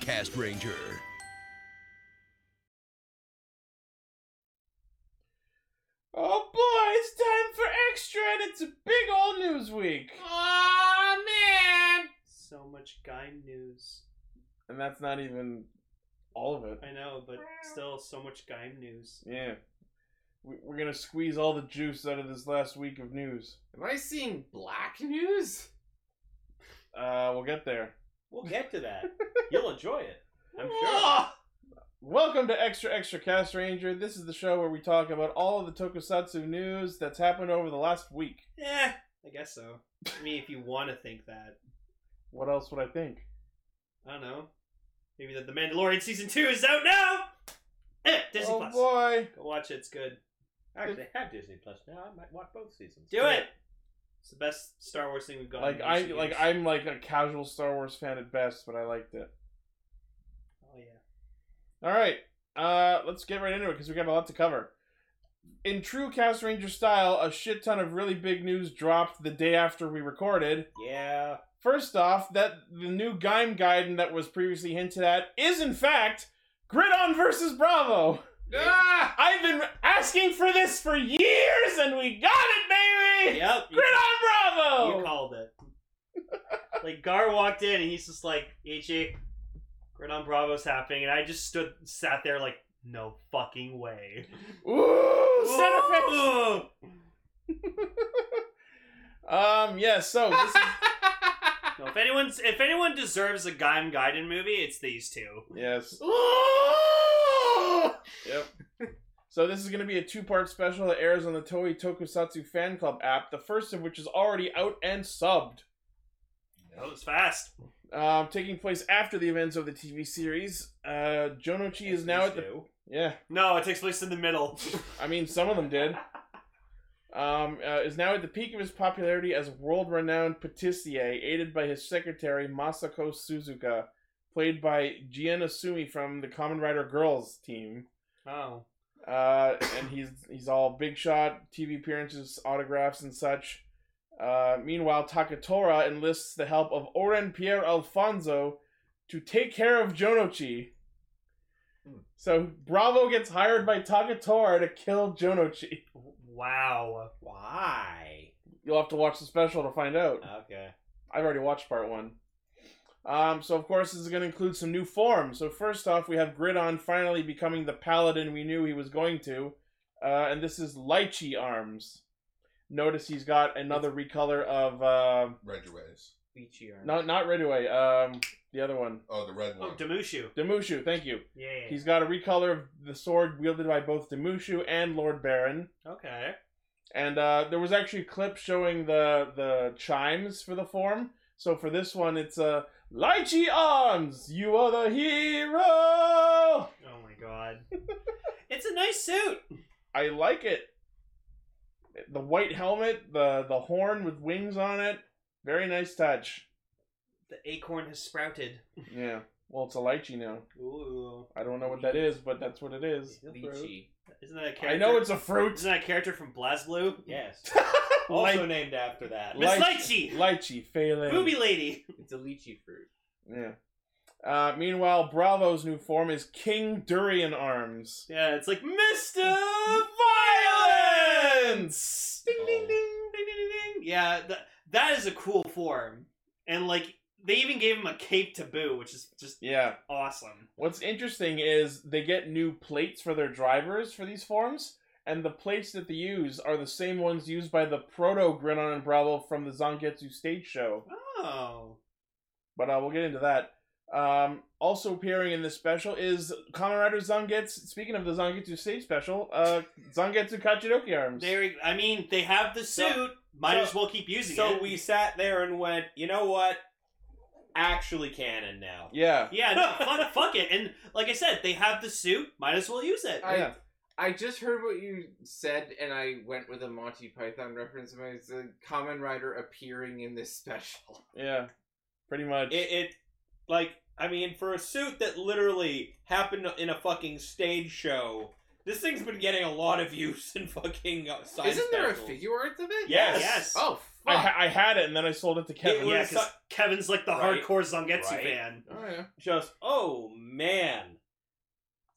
Cast Ranger. Oh boy, it's time for extra, and it's a big old news week. Aw, man! So much guy news. And that's not even all of it. I know, but still, so much guy news. Yeah. We- We're gonna squeeze all the juice out of this last week of news. Am I seeing black news? Uh, we'll get there. We'll get to that. You'll enjoy it. I'm sure. Ugh. Welcome to Extra Extra Cast Ranger. This is the show where we talk about all of the tokusatsu news that's happened over the last week. Yeah, Eh, I guess so. I mean, if you want to think that, What else would I think? I don't know. Maybe that the Mandalorian season two is out now. Eh, Disney oh Plus. boy! Go watch it. It's good. Actually, they have Disney Plus now. I might watch both seasons. Do it. It's the best Star Wars thing we've got. Like in I recent like years. I'm like a casual Star Wars fan at best, but I liked it. Oh yeah. All right, uh, let's get right into it because we got a lot to cover. In true Cast Ranger style, a shit ton of really big news dropped the day after we recorded. Yeah. First off, that the new Gaim Gaiden that was previously hinted at is in fact Gridon versus Bravo. Ah! I've been asking for this for years, and we got it, baby! Yep. you- Gridon Bravo! You called it. like Gar walked in and he's just like, AJ, Gridon Bravo's happening, and I just stood sat there like, no fucking way. Ooh, centerpiece! Ooh! Um, yeah, so this is, No, if anyone's if anyone deserves a Gaim Gaiden movie, it's these two. yes. Ooh! So this is going to be a two-part special that airs on the Toei Tokusatsu Fan Club app, the first of which is already out and subbed. That was Oh, fast. Um, taking place after the events of the TV series, uh, Jonochi is now at the yeah. No, it takes place in the middle. I mean, some of them did. Um, uh, is now at the peak of his popularity as a world-renowned patissier, aided by his secretary Masako Suzuka, played by Gian Asumi from the Common Rider Girls team. oh. Uh, and he's he's all big shot, TV appearances, autographs, and such. Uh, meanwhile, Takatora enlists the help of Oren Pierre Alfonso to take care of Jonochi. Hmm. So Bravo gets hired by Takatora to kill Jonochi. Wow. Why? You'll have to watch the special to find out. Okay. I've already watched part one. Um, so of course this is going to include some new forms. So first off, we have Gridon finally becoming the paladin we knew he was going to, uh, and this is Lychee arms. Notice he's got another recolor of uh, Ranger Ways. Beachy arm. not not Ridway, um, the other one, Oh, the red one. Oh, Demushu. Demushu. Thank you. Yeah. He's got a recolor of the sword wielded by both Demushu and Lord Baron. Okay. And uh, there was actually a clip showing the the chimes for the form. So for this one, it's uh, Lychee Arms, you are the hero. Oh my god. it's a nice suit. I like it. The white helmet, the the horn with wings on it, very nice touch. The acorn has sprouted. Yeah. Well, it's a lychee now. Ooh. I don't know what that is, but that's what it is. Beachy. Isn't that a character? I know it's a fruit. Isn't that a character from BlazBlue? Yes. also Lychee, named after that. Miss Lychee. Lychee! lychee failing. Booby Lady! It's a lychee fruit. Yeah. Uh, meanwhile, Bravo's new form is King Durian Arms. Yeah, it's like Mr. Violence! Mm. Ding, ding, ding, ding, ding, ding, ding. Yeah, th- that is a cool form. And, like, they even gave him a cape to boot, which is just Yeah. awesome. What's interesting is they get new plates for their drivers for these forms, and the plates that they use are the same ones used by the proto Grinon and Bravo from the Zangetsu stage show. Oh. But uh, we'll get into that. Um, also appearing in this special is Kamen Rider Zangetsu. Speaking of the Zangetsu stage special, uh, Zangetsu Kachidoki arms. There, we- I mean, they have the suit. So- Might so- as well keep using So it. we sat there and went, you know what? Actually, canon now. yeah. Yeah, no, fuck, fuck it. And, like I said, they have the suit. Might as well use it. yeah. I just heard what you said, and I went with a Monty Python reference. and It's a Common Rider appearing in this special. Yeah. Pretty much. It, it, like, I mean, for a suit that literally happened in a fucking stage show This thing's been getting a lot of use in fucking uh, side Isn't there a specials. figure art of it? Yes. Yes. Oh, fuck. I, ha- I had it and then I sold it to Kevin. was- yeah, because Kevin's like the Right. hardcore Zangetsu Right. fan. oh, yeah. Just oh man,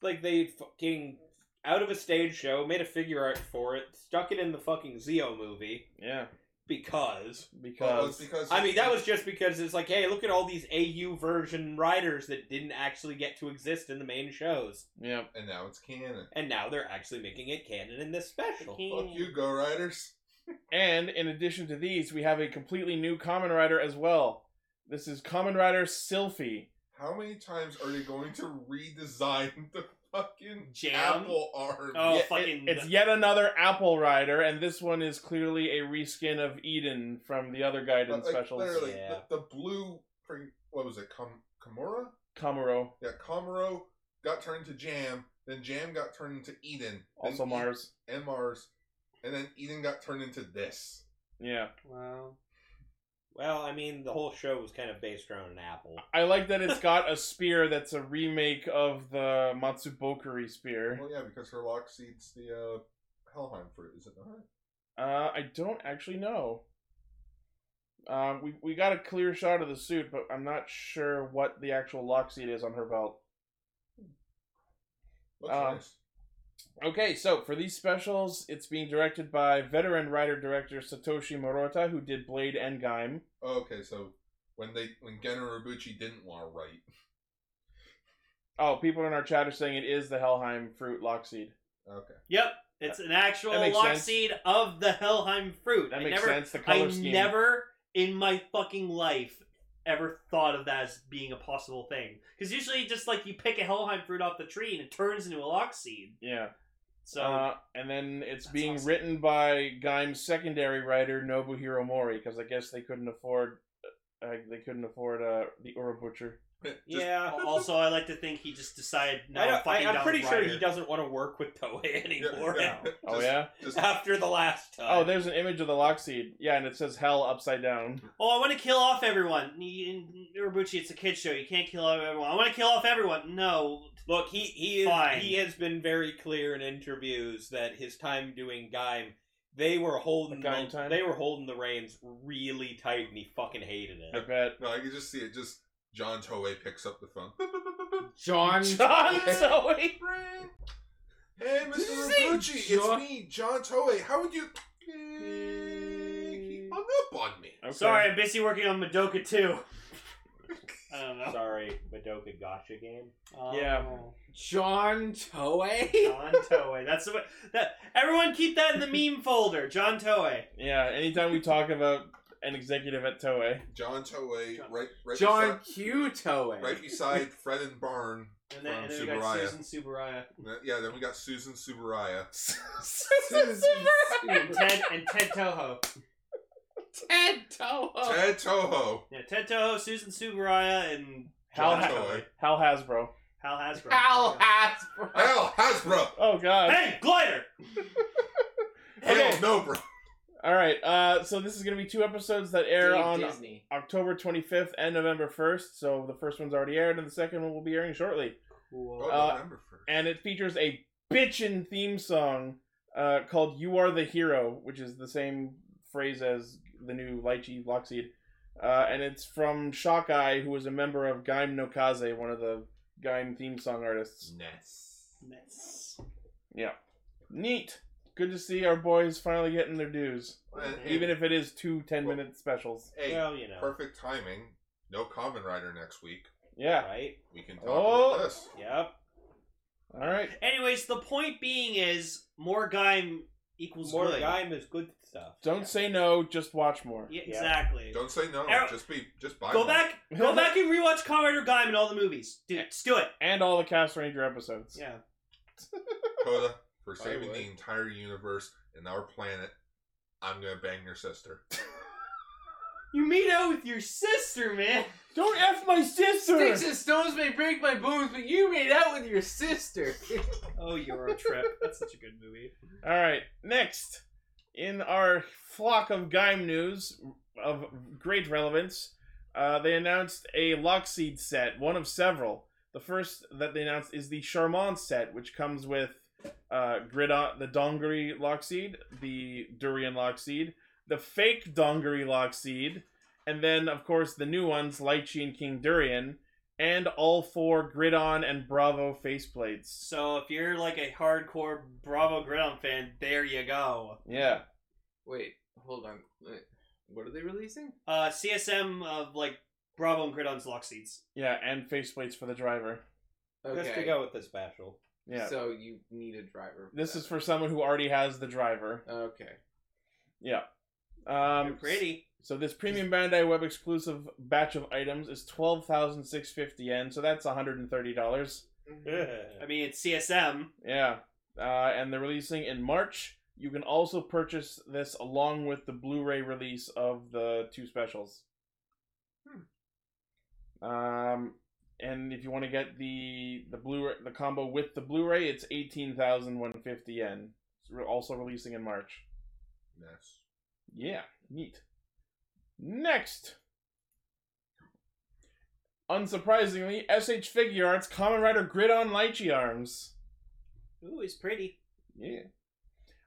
like they fucking out of a stage show made a figure art for it, stuck it in the fucking Zeo movie yeah, because Well, it's because because I mean, that was just because it's like, hey, look at all these AU version riders that didn't actually get to exist in the main shows, yeah, and now it's canon. and now they're actually making it canon in this special. Fuck you, Go Riders. and in addition to these, we have a completely new Common Rider as well. This is Common Rider Sylphie. How many times are they going to redesign the fucking Jam? apple arm? Oh, Yeah, fucking. It's Mm-hmm. yet another Apple Rider, and this one is clearly a reskin of Eden from the other But, Gaiden like, specials. literally, Yeah. the, the blue. pring- What was it? Kam- Kamura? Kamuro, Yeah, Kamuro got turned to Jam. Then Jam got turned into Eden. then also E- Mars. and Mars, and then Eden got turned into this. Yeah, wow. Well, I mean, the whole show was kind of based around an apple. I like that it's got a spear that's a remake of the Matsubokuri spear. Well, yeah, because her lock seeds the uh, Helheim fruit, is it not? Uh, I don't actually know. Um, we we got a clear shot of the suit, but I'm not sure what the actual lock seat is on her belt. Looks Uh, nice. Okay, so for these specials, it's being directed by veteran writer director Satoshi Morita, who did Blade and Gaim. Oh, okay, so when they when Gen Urobuchi didn't want to write, Oh, people in our chat are saying it is the Helheim fruit lock seed. okay, Yep. It's an actual That makes lock sense. seed of the Helheim fruit. That I makes never, sense. The color I scheme. never in my fucking life ever thought of that as being a possible thing. Because usually, just like you pick a Helheim fruit off the tree and it turns into a lock seed. Yeah. So uh, and then it's That's being awesome. written by Gaim's secondary writer Nobuhiro Mori, because I guess they couldn't afford uh, they couldn't afford uh, the Ura Butcher. Just- yeah. al- also, I like to think he just decided. No, I I'm don't, I, fucking I'm done pretty with sure Ryder. he doesn't want to work with Toei anymore Yeah. Oh Just- yeah. just after the last time. Oh, there's an image of the lock seed. Yeah, and it says hell upside down. Oh, I want to kill off everyone. N- n- Urobuchi, it's a kid show. You can't kill off everyone. I want to kill off everyone. No. Look, he he is, Fine. he has been very clear in interviews that his time doing Gaim, they were holding The Gaim the, time? they were holding the reins really tight, and he fucking hated I it. bet. no, I can just see it. Just John Toei picks up the phone. John. John Zoe. Hey, Did Mr. you say Urobuchi, John- it's me, John Toei. How would you? He hung up on me. Okay. Sorry, I'm busy working on Madoka too. I don't know. Sorry, Madoka Gotcha game. Yeah. Oh. John Toei? John Toei. That's the way, that everyone keep that in the meme folder. John Toei. Yeah. Anytime we talk about an executive at Toei, John Toei, John- right, right, John Q. Toei. beside, right beside Fred and Barn. And then, and From then we got Subaraya. Susan Subaraya. Yeah, then we got Susan Subaraya. Susan And Ted, Ted and Ted Toho. Ted Toho. Ted Toho. Yeah, Ted Toho, Susan Subaraya, and Hal, John Toy. Hal Hasbro. Hal Hasbro. Hal Hasbro. Hell, Hasbro. Oh God. Hey, glider! Okay. Hell no, bro. All right. Uh, so this is gonna be two episodes that air Dave on Disney. October 25th and November 1st. So the first one's already aired, and the second one will be airing shortly. Oh, Cool. Uh, November first. And it features a bitchin' theme song uh, called "You Are the Hero," which is the same phrase as the new Lychee Lockseed. Uh, and it's from Shockeye, who was a member of Gaim no Kaze, one of the Gaim theme song artists. Ness. Nice. Neat. Good to see our boys finally getting their dues, Well, even if it is two 10 Well- minute specials. hey, well, you know, perfect timing. No Common Rider next week. Yeah. right? We can talk Oh. about this. Yep. All right. Anyways, the point being is more Gaim equals More good. Gaim is good stuff. Don't say no, just watch more. Yeah, Yeah. exactly. Don't say no. Arrow- just be. Just buy. Go one. back, go back and rewatch Kamen Rider Gaim in all the movies. Dude, just do it. And all the Cast Ranger episodes. Yeah. Coda for I saving would. the entire universe and our planet. I'm gonna bang your sister. You made out with your sister, man. Don't F my sister! Sticks and stones may break my bones, but you made out with your sister. Oh, Euro Trip. That's such a good movie. All right, next in our flock of Gaim news of great relevance, uh, they announced a Lockseed set, one of several. The first that they announced is the Charmant set, which comes with uh, Gridon, the Dongari Lockseed, the Durian Lockseed, the fake Dongari Lockseed, and then, of course, the new ones, Lychee and King Durian, and all four Gridon and Bravo faceplates. So if you're like a hardcore Bravo Gridiron fan, there you go. Yeah. Wait, hold on. Wait, What are they releasing? Uh, CSM of like Bravo and Gridirons lock seats. Yeah, and faceplates for the driver. Just to go with the special. Yeah. So you need a driver. this that. is for someone who already has the driver. Okay. Um, They're Um, pretty. So this premium Bandai Web exclusive batch of items is twelve thousand six fifty yen. So that's one hundred and thirty dollars. I mean, it's CSM. Yeah, uh, and they're releasing in March. You can also purchase this along with the Blu-ray release of the two specials. Hmm. Um, and if you want to get the the Blu-ray the combo with the Blu-ray, it's eighteen thousand one fifty yen. It's re- also releasing in March. Yes. Yeah, neat. Next. Unsurprisingly, SH Figure Arts Common Rider Grid on Lychee Arms. Ooh, he's pretty. Yeah.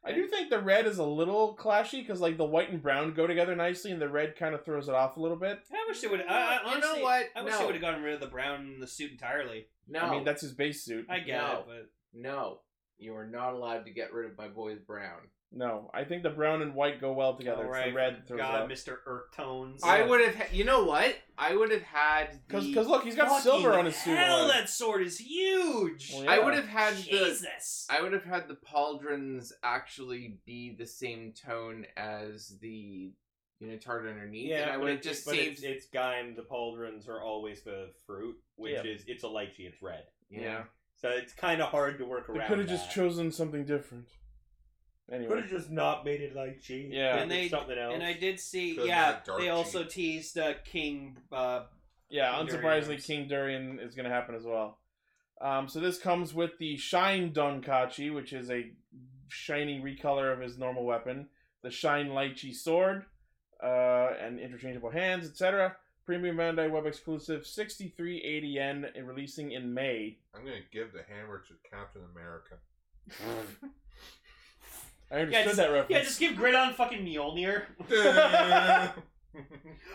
I do think the red is a little clashy because, like, the white and brown go together nicely, and the red kind of throws it off a little bit. I wish they would. I, I, You know honestly, what? I wish No. they would have gotten rid of the brown and the suit entirely. No. I mean, that's his base suit. I get No. it, but no. You are not allowed to get rid of my boy's brown. No, I think the brown and white go well together. All It's right, the red throws God, it Mister Irk tones. I would have. Ha- you know what? I would have had the. Because, look, he's got silver Fucking on his suit. Hell, already. that sword is huge. Well, I yeah. would have had the. Jesus. I would have had the pauldrons actually be the same tone as the unitard underneath, and I but would have it- just but saved. It's, it's Gaim, the pauldrons are always the fruit, which Yeah. is, it's a lychee, it's red. Yeah. So it's kind of hard to work around. They could have just that. chosen something different. Could Anyway. have just not made it lychee. Yeah. Made And it they- something else. And I did see, Could've yeah, had dark they also cheek. teased uh, King. Uh, Yeah, King Durian unsurprisingly, arms. King Durian is going to happen as well. Um, so this comes with the Shine Donkachi, which is a shiny recolor of his normal weapon, the Shine Lychee sword, uh, and interchangeable hands, etc. Premium Bandai Web exclusive, sixty-three eighty yen, and releasing in May. I'm gonna give the hammer to Captain America. I yeah, understood just, that yeah, reference. just give Gridon fucking Mjolnir. no,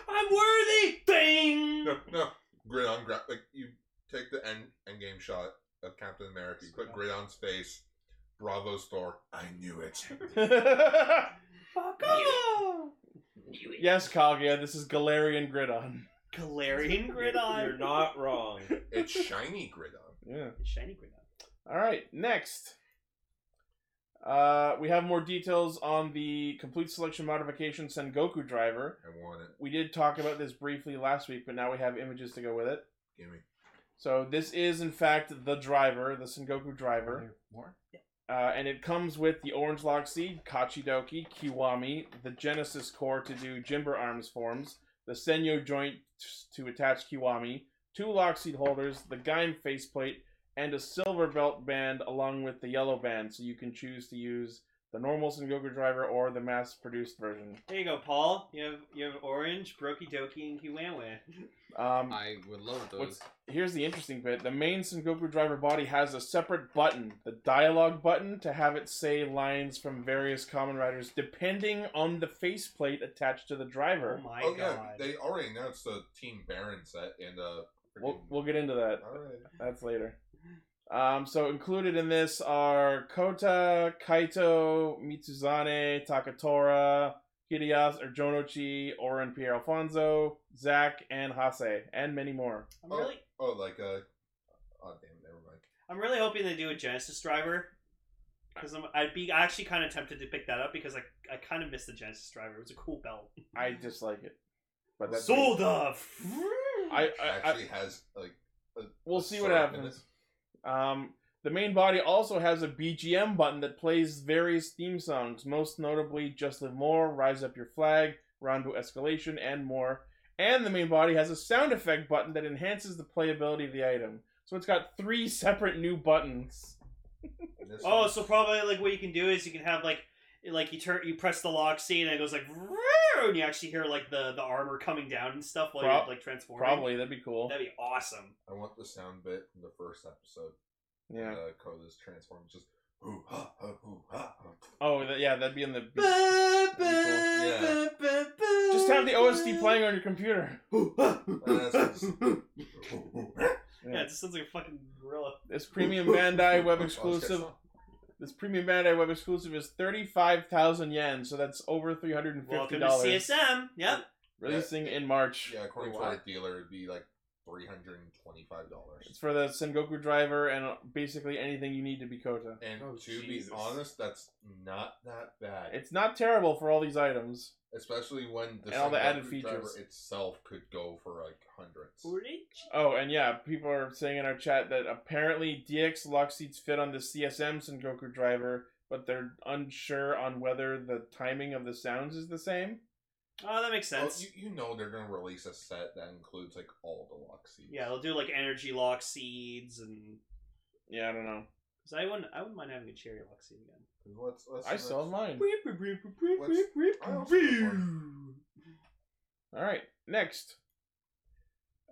I'm worthy. Bing. no. Grid on gra- like you take the end end game shot of Captain America. You put grid on's face. Bravo store. I knew it. Fuck Yeah. off. yes, Kaguya, this is Galarian Gridon. Galarian Gridon. You're not wrong. It's shiny grid on. Yeah. Shiny Gridon. All right, next. Uh, we have more details on the complete selection modification Sengoku driver. I want it. We did talk about this briefly last week, but now we have images to go with it. Give me. So this is in fact the driver, the Sengoku driver, More? uh, and it comes with the Orange Lock Seed, Kachidoki, Kiwami, the Genesis Core to do Jimber arms forms, the Senyo joint to attach Kiwami, two Lock Seed holders, the Gaim faceplate, and a silver belt band along with the yellow band. So you can choose to use the normal Sengoku driver or the mass-produced version. There you go, Paul. You have you have orange, Brokey Doki, and Oh Kiwanwe. Um, I would love those. What's- here's the interesting bit the main Sengoku driver body has a separate button, the dialogue button, to have it say lines from various common riders depending on the faceplate attached to the Oh driver. my oh yeah, god. they already announced the Team Baron set and uh. We'll, freaking- we'll get into that. All right. That's later. Um, so included in this are Kota, Kaito, Mitsuzane, Takatora, Hideyas, or Jonochi, Oren Pierre Alfonso, Zack, and Hase, and many more. I'm really Oh, like uh. Oh damn! it, Never mind. I'm really hoping they do a Genesis driver. Because I'd be actually kind of tempted to pick that up because I, I kind of miss the Genesis driver. It was a cool belt. I dislike it. But that's Sold off. I, It I, I, actually has like. we'll a see what syrup in happens. it. Um, the main body also has a BGM button that plays various theme songs, most notably Just Live More, Rise Up Your Flag, Rondo Escalation, and more. And the main body has a sound effect button that enhances the playability of the item. So it's got three separate new buttons. And this Oh, one- so probably like what you can do is you can have like like you turn you press the lock scene and it goes like "Vroom," and you actually hear like the the armor coming down and stuff while Prob- you're like transforming. Probably, that'd be cool. That'd be awesome. I want the sound bit from the first episode. Yeah. Uh, Koda's transformed. Just hoo ha ha hoo ha. ha. Oh, th- yeah, that'd be in the. Yeah. Just have the OSD playing on your computer. Yeah, it just sounds like a fucking gorilla. This premium Bandai web Oh, exclusive. This premium Bandai web exclusive is thirty-five thousand yen, so that's over three hundred and fifty Welcome to dollars. CSM. Yep. Releasing in March. Yeah, according to Wow. our dealer, it'd be like three hundred and twenty-five dollars. It's for the Sengoku driver and uh, basically anything you need to be Kota. And Oh, to Jesus. be honest, that's not that bad. It's not terrible for all these items. Especially when the, And all the Sunbelt added driver features. itself could go for like hundreds. Oh, and yeah, people are saying in our chat that apparently DX lock seats fit on the CSM Sengoku driver, but they're unsure on whether the timing of the sounds is the same. Oh, that makes Well, sense. you, you know they're gonna release a set that includes like all the lock seeds. Yeah, they'll do like energy lock seeds and. Yeah, I don't know. Cause I wouldn't, I wouldn't mind having a cherry lock seed again. What's, what's I the sold next- mine. I also sold All right, next.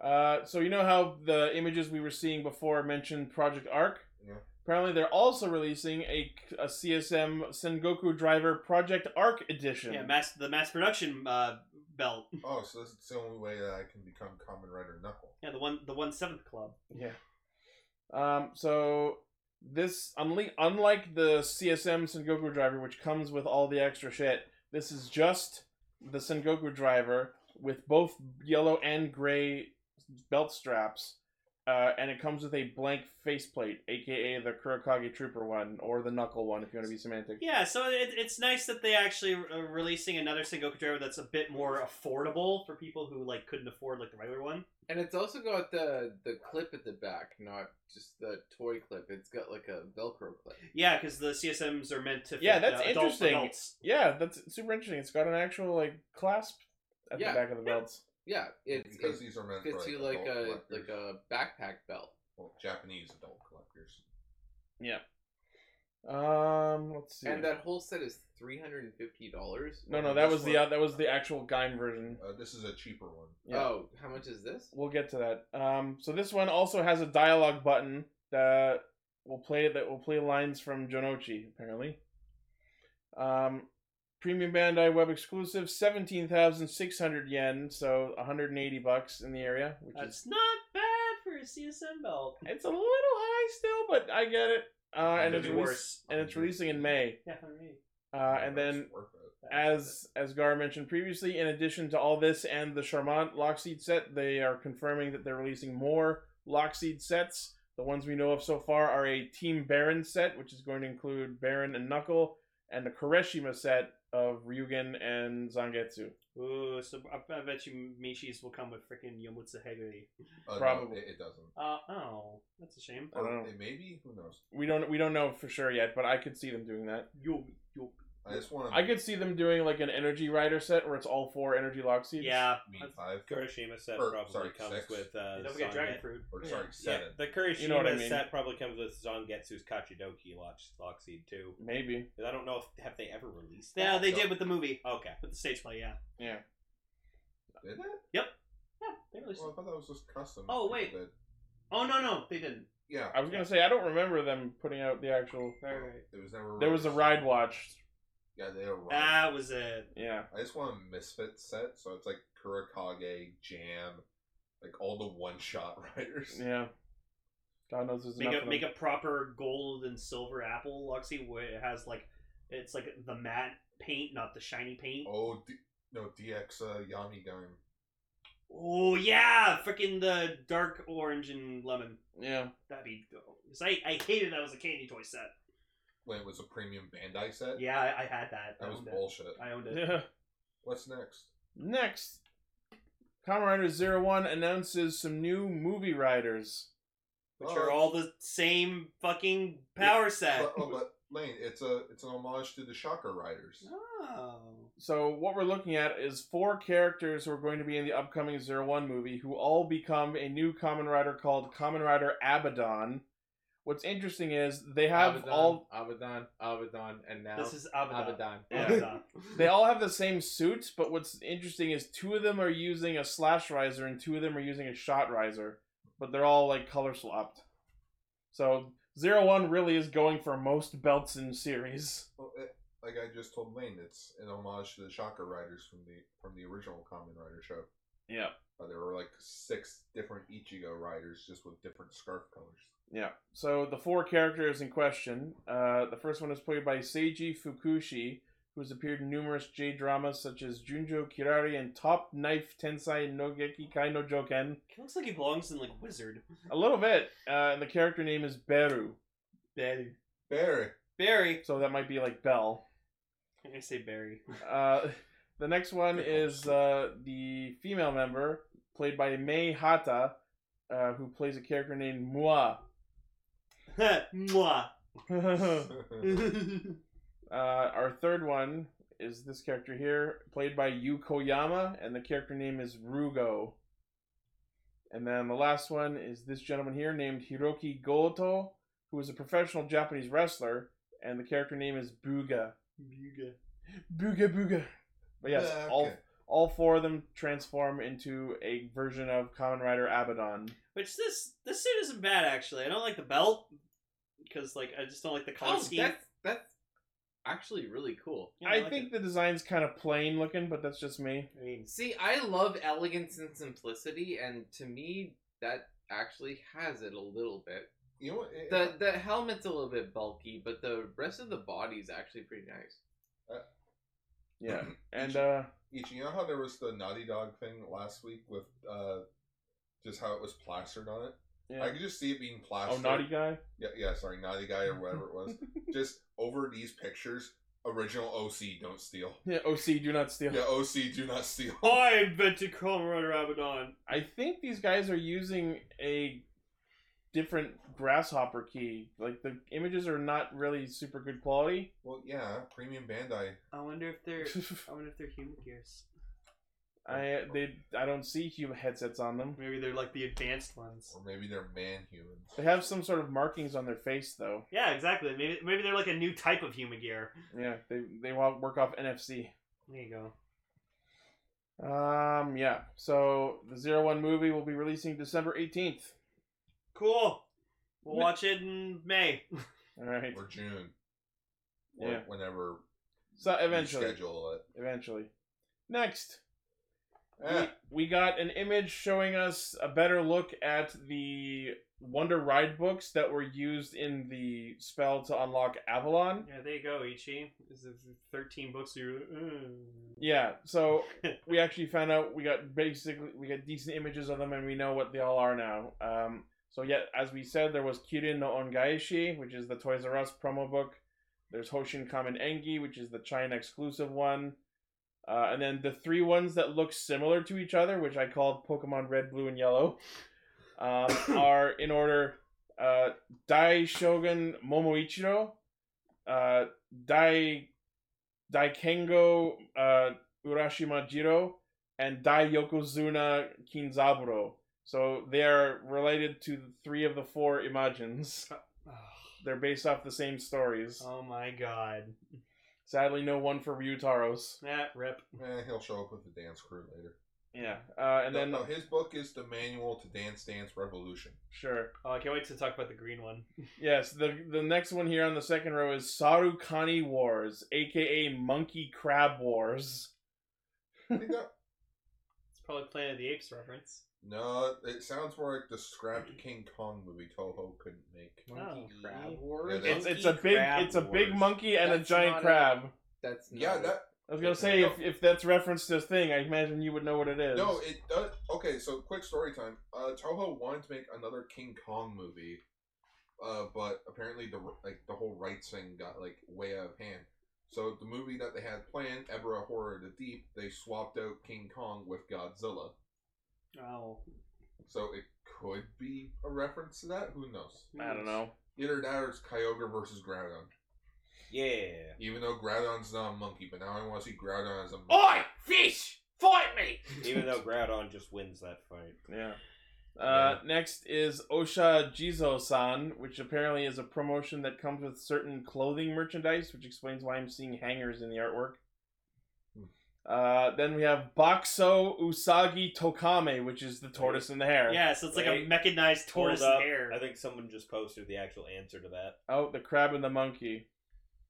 Uh, so you know how the images we were seeing before mentioned Project Arc? Yeah. Apparently, they're also releasing a, a CSM Sengoku driver Project Arc edition. Yeah, mass the mass production uh, belt. Oh, so this is the only way that I can become Common Rider Knuckle. Yeah, the one the one seventh club. Yeah. Um, so this unle- unlike the CSM Sengoku driver, which comes with all the extra shit, this is just the Sengoku driver with both yellow and gray belt straps, uh, and it comes with a blank faceplate, aka the Kurokage Trooper one or the Knuckle one, if you want to be semantic. Yeah, so it, it's nice that they actually are releasing another Sengoku driver that's a bit more affordable for people who like couldn't afford like the regular one. And it's also got the the clip at the back, not just the toy clip. It's got like a Velcro clip. Yeah, because the CSMs are meant to. Fit, Yeah, that's uh, adult- interesting. Adults. Yeah, that's super interesting. It's got an actual like clasp at Yeah. the back of the belts. Yeah, it, because it these are meant for fits like, you like adult a collectors. like a backpack belt. well, Japanese adult collectors. Um, let's see. And that whole set is three hundred and fifty dollars. no, no, that was the uh, that was the actual Gaim version. Uh, this is a cheaper one. Yeah. Oh, how much is this? We'll get to that. Um, so this one also has a dialogue button that will play that will play lines from Jonochi apparently. Um, premium Bandai web exclusive, seventeen thousand six hundred yen, so one hundred and eighty bucks in the area, which is That's not bad for a CSM belt. it's a little high still, but I get it. Uh, and Could it's be released, worse. and it's releasing in May. Yeah, I mean, Uh, and That's then worth it. As as Gar mentioned previously, in addition to all this and the Charmant Lockseed set, they are confirming that they're releasing more Lockseed sets. The ones we know of so far are a Team Baron set, which is going to include Baron and Knuckle, and a Koreshima set of Ryugen and Zangetsu. Ooh, so I, I bet you Mishis will come with freaking Yomutsu Heguri. Uh, no, Probably. it, it doesn't. Uh, oh, that's a shame. I don't Or know. it maybe who knows? We don't we don't know for sure yet, but I could see them doing that. Yomi, Yomi. I just want to I could see them doing like an Energy Rider set where it's all four Energy Lockseeds. Yeah. meet that's- five Kurishima set Or, probably sorry, comes six. with uh, don't forget Zangetsu. Dragon Fruit. or Yeah. sorry seven. Yeah, the Kurishima You know what I mean. set probably comes with Zangetsu's Kachidoki Lock, Lockseed too. maybe. 'Cause I don't know if have they ever released that. Yeah, they So- did with the movie, Okay. with the stage play. Yeah, Did it? yeah, they released. Well, I thought that was just custom. Oh, people wait. did. Oh no, no, they didn't. Yeah. I was gonna say I don't remember them putting out the actual. It was never. There was a released. ride watch. Yeah, they arrived. That was a Yeah. I just want a misfit set, so it's like Kurakage, Jam, like all the one shot writers. Yeah. God knows there's make enough a of make them. a proper gold and silver apple Luxie where it has like it's like the matte paint, not the shiny paint. Oh, Oh D- no, DX uh, Yami game. Oh, yeah, freaking the dark orange and lemon. Yeah. That'd be because I I hated that was a candy toy set. When it was a premium Bandai set. Yeah, I, I had that. I That was owned it. bullshit. I owned it. yeah. What's next? Next, Kamen Rider Zero One announces some new movie riders. Which Oh. are all the same fucking power set. But, oh, but Lane, it's a it's an homage to the Shocker Riders. Oh. So what we're looking at is four characters who are going to be in the upcoming Zero One movie, who all become a new Kamen Rider called Kamen Rider Abaddon. What's interesting is they have Abaddon, all Abaddon, Abaddon, and now This is Abaddon. Abaddon. Oh, Yeah. they all have the same suits, but what's interesting is two of them are using a slash riser and two of them are using a shot riser, but they're all like color swapped. So Zero One really is going for most belts in series. Well, it, like I just told Lane, it's an homage to the Shocker Riders from the from the original Common Rider show. Yeah. Uh, there were like six different Ichigo riders, just with different scarf colors. Yeah. So the four characters in question, uh, the first one is played by Seiji Fukushi, who has appeared in numerous J dramas such as Junjo Kirari and Top Knife Tensei no Geki Kai no Joken. He looks like he belongs in like Wizard. A little bit. Uh, and the character name is Beru, Barry. Barry, Barry. so that might be like Bell. I'm gonna say Barry. Uh, the next one is uh, the female member, played by Mei Hata, uh, who plays a character named Mua. Mwah. uh, Barry. Barry our third one is this character here, played by Yu Koyama, and the character name is Rugo. And then the last one is this gentleman here named Hiroki Goto, who is a professional Japanese wrestler, and the character name is Buga. Booga Booga. But yes, Yeah, all okay. all four of them transform into a version of Common Rider Abaddon. Which this this suit isn't bad actually. I don't like the belt because like I just don't like the color Oh, scheme. that's that's actually really cool. Yeah, I like think it. the design's kind of plain looking, but that's just me. I mean, See, I love elegance and simplicity, and to me, that actually has it a little bit. you know what? It- The the helmet's a little bit bulky, but the rest of the body's actually pretty nice. Yeah, and uh, Ichi, you know how there was the Naughty Dog thing last week with uh, just how it was plastered on it? I yeah. could just see it being oh plastered. naughty guy. Yeah, yeah, sorry, Naughty Guy or whatever it was. just over these pictures, original OC, don't steal. Yeah, OC, do not steal. Yeah, OC, do not steal. I invented Kamen Rider Abaddon. I think these guys are using a different grasshopper key. Like the images are not really super good quality. Well, yeah, premium Bandai. I wonder if they're I wonder if they're human gears. I they I don't see human headsets on them. Maybe they're like the advanced ones. Or maybe they're man humans. They have some sort of markings on their face though. Yeah, exactly. Maybe maybe they're like a new type of human gear. Yeah, they they wa- work off NFC. There you go. Um, yeah. So the Zero One movie will be releasing December eighteenth. Cool. We'll Wh- watch it in May. All right. Or June. Or Yeah. whenever So we eventually, schedule it. eventually. Next, Eh, we, we got an image showing us a better look at the Wonder Ride books that were used in the spell to unlock Avalon. Yeah, there you go, Ichi. This is 13 books you. Mm. Yeah. So we actually found out we got basically we got decent images of them and we know what they all are now. Um, so yeah, as we said, there was Kirin no Ongaishi, which is the Toys R Us promo book. There's Hoshin Kamen Engi, which is the China exclusive one. Uh, and then the three ones that look similar to each other, which I called Pokemon Red, Blue, and Yellow, um, are in order uh, Dai Shogun Momoichiro, uh, Dai Daikengo uh, Urashima Jiro, and Dai Yokozuna Kinzaburo. So they are related to the three of the four Imagines. They're based off the same stories. Oh my god. Sadly, no one for Ryutaro's. That rip. eh, he'll show up with the dance crew later. Yeah, uh, and No, then no, his book is the Manual to Dance Dance Revolution. sure. Oh, I can't wait to talk about the green one. Yes, the the next one here on the second row is Saru Kani Wars, aka Monkey Crab Wars. I think that- It's probably Planet of the Apes reference. no, it sounds more like the scrapped King Kong movie Toho couldn't make. Monkey Oh. crab Yeah, wars. that- It's it's a big it's a big monkey and a That's giant not crab. That's not Yeah, it. that I was gonna say if, if that's reference to a thing, I imagine you would know what it is. No, it does. Okay, so quick story time. Uh, Toho wanted to make another King Kong movie, uh, but apparently the like the whole rights thing got like way out of hand. So the movie that they had planned, Ebra Horror of the Deep, they swapped out King Kong with Godzilla. Oh. So it could be a reference to that. Who knows? I don't know. Either that or it's Kyogre versus Groudon. Yeah. Even though Groudon's not a monkey, but now I want to see Groudon as a monkey. Oi, fish, fight me. Even though Groudon just wins that fight. Yeah. Uh, Next is Osha Jizo-san, which apparently is a promotion that comes with certain clothing merchandise, which explains why I'm seeing hangers in the artwork. Uh, then we have Boxo Usagi Tokame, which is the tortoise and the hare. Yeah, so it's like a Wait. mechanized tortoise Hold up. hair. I think someone just posted the actual answer to that. Oh, the crab and the monkey.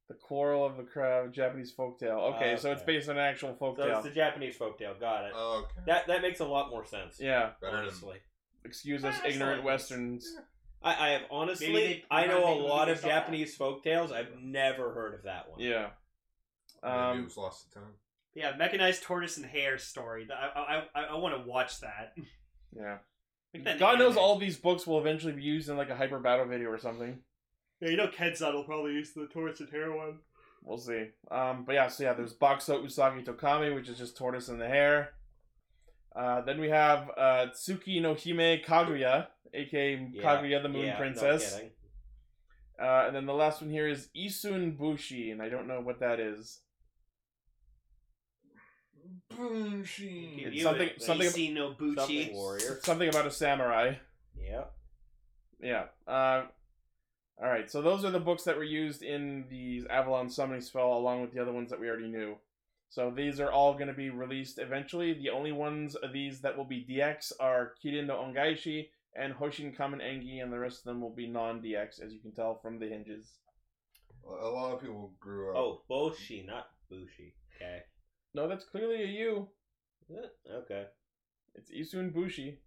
The quarrel of the crab, Japanese folktale. Okay, so it's Okay. based on an actual So it's folktale. the Japanese folktale. Got it. Okay. that that makes a lot more sense. Uh, yeah, Better than- honestly, excuse us, Excellent. ignorant westerns. I, I have Maybe honestly, they- I know a maybe lot they of saw that. Japanese folktales. I've never heard of that one. Yeah. Maybe it Um, was lost to time. Yeah, mechanized tortoise and hare story. I I, I, I want to watch that. yeah. Make that an God knows anime. all these books will eventually be used in like a hyper battle video or something. Yeah, you know, Kenzan will probably use the tortoise and hare one. We'll see. Um, but yeah, so yeah, there's Boxo Usagi Tokami, which is just tortoise and the hare. Uh, then we have uh, Tsuki no Hime Kaguya, aka Yeah. Kaguya the Moon Yeah, no Princess. kidding. Uh, and then the last one here is Isun Bushi, and I don't know what that is. Boom, It's sheen. It's something, it. something, Ichi no Something Buchi. warrior. something about a samurai. Yeah. Yeah. Uh, all right. So those are the books that were used in the Avalon summoning spell, along with the other ones that we already knew. So these are all going to be released eventually. The only ones of these that will be DX are Kirin no Ongaishi and Hoshin Kamen Engi, and the rest of them will be non-DX, as you can tell from the hinges. A a lot of people grew up. Oh, Boshi, not Bushi. Okay. No, that's clearly a U. Eh, Okay. It's Isun Bushi.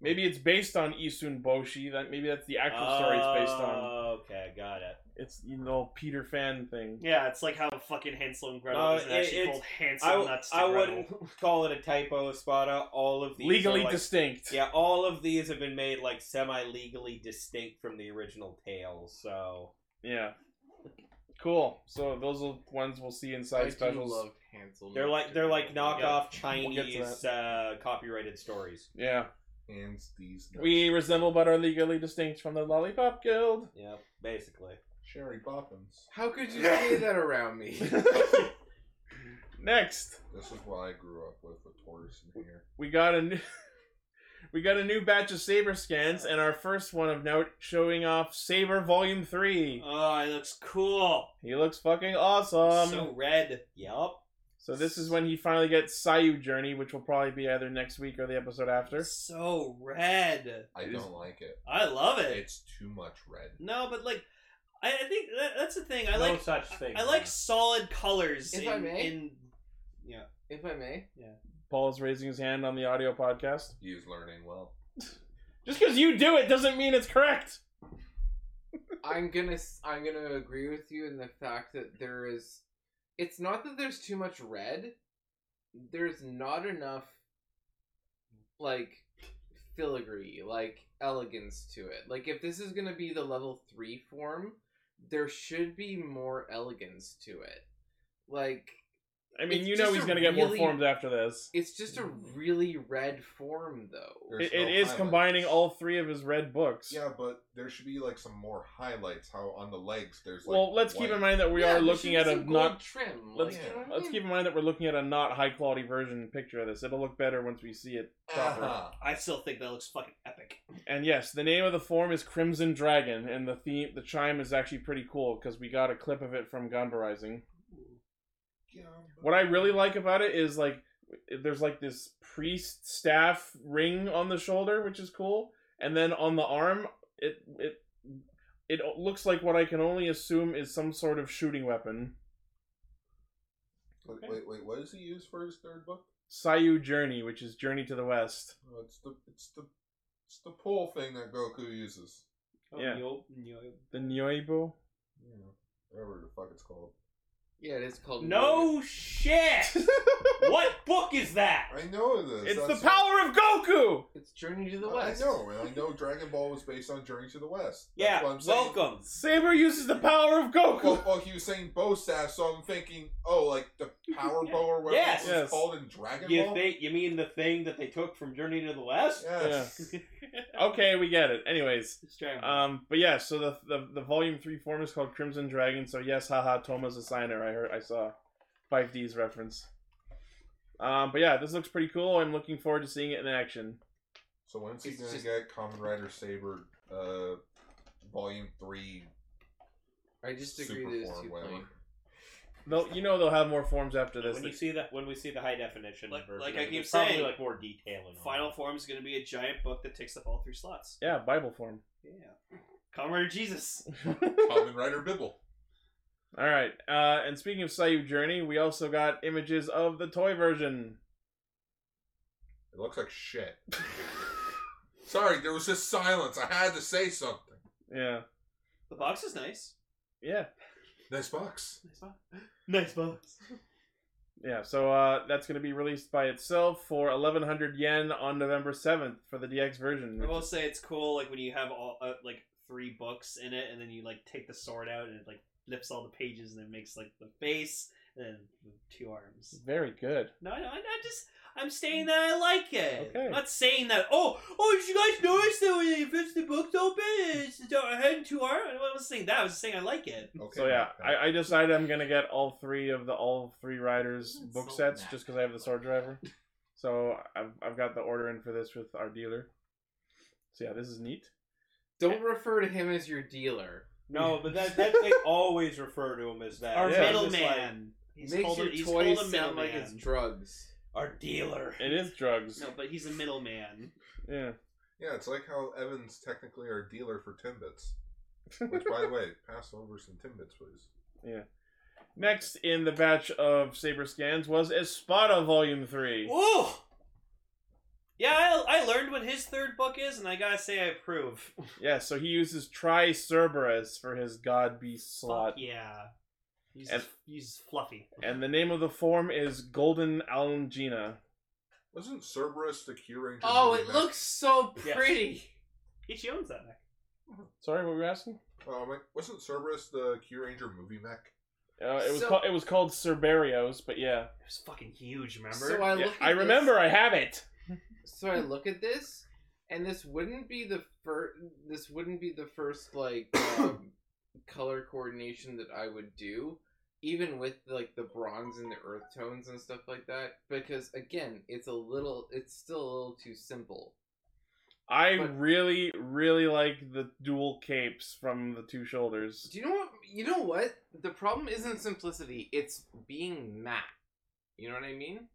Maybe it's based on Isun Boshi. That maybe that's the actual story it's based on. Oh, Okay, got it. It's you know Peter Fan thing. Yeah, it's like how fucking Hansel and Gretel No, is Uh, it- actually it's- called Hansel I, w- Nuts to I Gretel. wouldn't call it a typo, Espada. All of these Legally are like, distinct. Yeah, all of these have been made like semi-legally distinct from the original tale. So Yeah. Cool. So those are ones we'll see I inside do specials. love Hansel. they're like they're like knockoff We'll get to Chinese uh, copyrighted stories. yeah. And these nuts. We resemble but are legally distinct from the Lollipop Guild. Yeah, basically. Sherry Poppins. How could you say that around me? Next, This is what I grew up with with tortoise and hare. we got a new We got a new batch of Saber scans, and our first one of note showing off Saber Volume 3. Oh, it looks cool. He looks fucking awesome. so So, red. Yup. this is when he finally gets Sayu Journey, which will probably be either next week or the episode after. So red. I It is- don't like it. I love it. It's too much red. No, but like, I, I think that, that's the thing. I no like such thing. I like solid colors. If in, I may? in if I may, Paul is raising his hand on the audio podcast. He is learning well. Just because you do it doesn't mean it's correct. I'm gonna s- I'm gonna agree with you in the fact that there is. It's not that there's too much red. There's not enough, like, filigree, like elegance to it. Like, if this is gonna be the level three form, there should be more elegance to it. Like, I mean, It's you know just he's a going to get more really- forms after this. it's just a Mm. really red form, though. There's It, it no is highlights. combining all three of his red books. Yeah, but there should be like some more highlights. How on the legs there's like. well, let's keep white. in mind that we Yeah, are there should looking be at a some gold not. trim. Let's, like, you know what I let's mean? keep in mind that we're looking at a not high quality version picture of this. It'll look better once we see it proper. Ah, I still think that looks fucking epic. And yes, the name of the form is Crimson Dragon, and the theme, the chime is actually pretty cool because we got a clip of it from Gunba Rising. What I really like about it is like there's like this priest staff ring on the shoulder, which is cool, and then on the arm, it it it looks like what I can only assume is some sort of shooting weapon. Wait, wait, wait. What does he use for his third book? Sayu Journey, which is Journey to the West. Oh, it's the it's the it's the pole thing that Goku uses. Yeah. The Nyoibo. You know, whatever the fuck it's called. Yeah, it is called. No shit. what book is that? I know this. It's the that's- power of Goku! It's Journey to the I- West. I know, and I know Dragon Ball was based on Journey to the West. That's Yeah, what I'm saying. welcome. Saber uses the power of Well, Goku! well, he was saying bow staff, so I'm thinking, oh, like the power bow or whatever Yes. it's Yes. called in Dragon You Ball. think you mean the thing that they took from Journey to the West? Yes. Okay, we get it. Anyways. It's Dragon Ball. Um, but yeah, so the, the the volume three form is called Crimson Dragon. So yes, haha, Toma's a signer. I heard, I saw, five D's reference. Um, but yeah, this looks pretty cool. I'm looking forward to seeing it in action. So when's he It's gonna just- get Common Rider Saber, uh, Volume Three? I just agree Super there's form, too whatever. plain. They'll, you know they'll have more forms after this. when you see that when we see the high definition Like- version, like of I it, keep there's probably saying, like more detail. and all Final that. form is going to be a giant book that takes up all three slots. yeah, Bible form. Yeah. Comrade Jesus. Common Rider Bibble. All right. Uh, and speaking of Sayu Journey, we also got images of the toy version. It looks like shit. Sorry, there was just silence. I had to say something. Yeah. The box is nice. Yeah. Nice box. Nice box. Nice box. Yeah. So uh, that's going to be released by itself for 1,100 yen on November 7th for the DX version. I which will is- say it's cool, like when you have all uh, like three books in it, and then you like take the sword out and it like flips all the pages and it makes like the face and then the two arms. Very good. No, no, I, I just I'm saying that I like it. Okay. I'm not saying that. Oh, oh, did you guys notice that when you flips the books open, it's the head and two arms? I wasn't saying that. I was saying I like it. Okay. So yeah, okay. I, I decided I'm gonna get all three of the all three riders That's book so sets bad. just because I have the sword driver. So I've I've got the order in for this with our dealer. So yeah, this is neat. Don't refer to him as your dealer. No, but that, that they always refer to him as that. Our It's just like, middleman. he's Makes called, a- your he's toys called a sound like it's middleman. drugs. our dealer. It is drugs. No, but he's a middleman. Yeah. Yeah, it's like how Evan's technically our dealer for Timbits. Which, by the way, pass over some Timbits, please. Next in the batch of saber scans was Espada Volume Three. Woo! Yeah, I, I learned what his third book is, and I gotta say I approve. Yeah, so he uses Tri Cerberus for his god beast Fuck slot, yeah. He's, And- he's fluffy. and the name of the form is Golden Alangina. Wasn't Cerberus the Q Ranger? Oh, movie it back- looks so Yes. pretty. Ichi owns that mech. Sorry, what were you asking? Oh, wait, wasn't Cerberus the Q Ranger movie mech? Uh, it was So- called it was called Cerberios, but yeah, It was fucking huge, remember? So I Yeah, look. At I remember. I have it. This, so I look at this, and this wouldn't be the first. This wouldn't be the first like um, color coordination that I would do, even with like the bronze and the earth tones and stuff like that. Because again, it's a little. It's still a little too simple. I But- really, really like the dual capes from the two shoulders. Do you know what? You know what? The problem isn't simplicity. It's being matte. You know what I mean?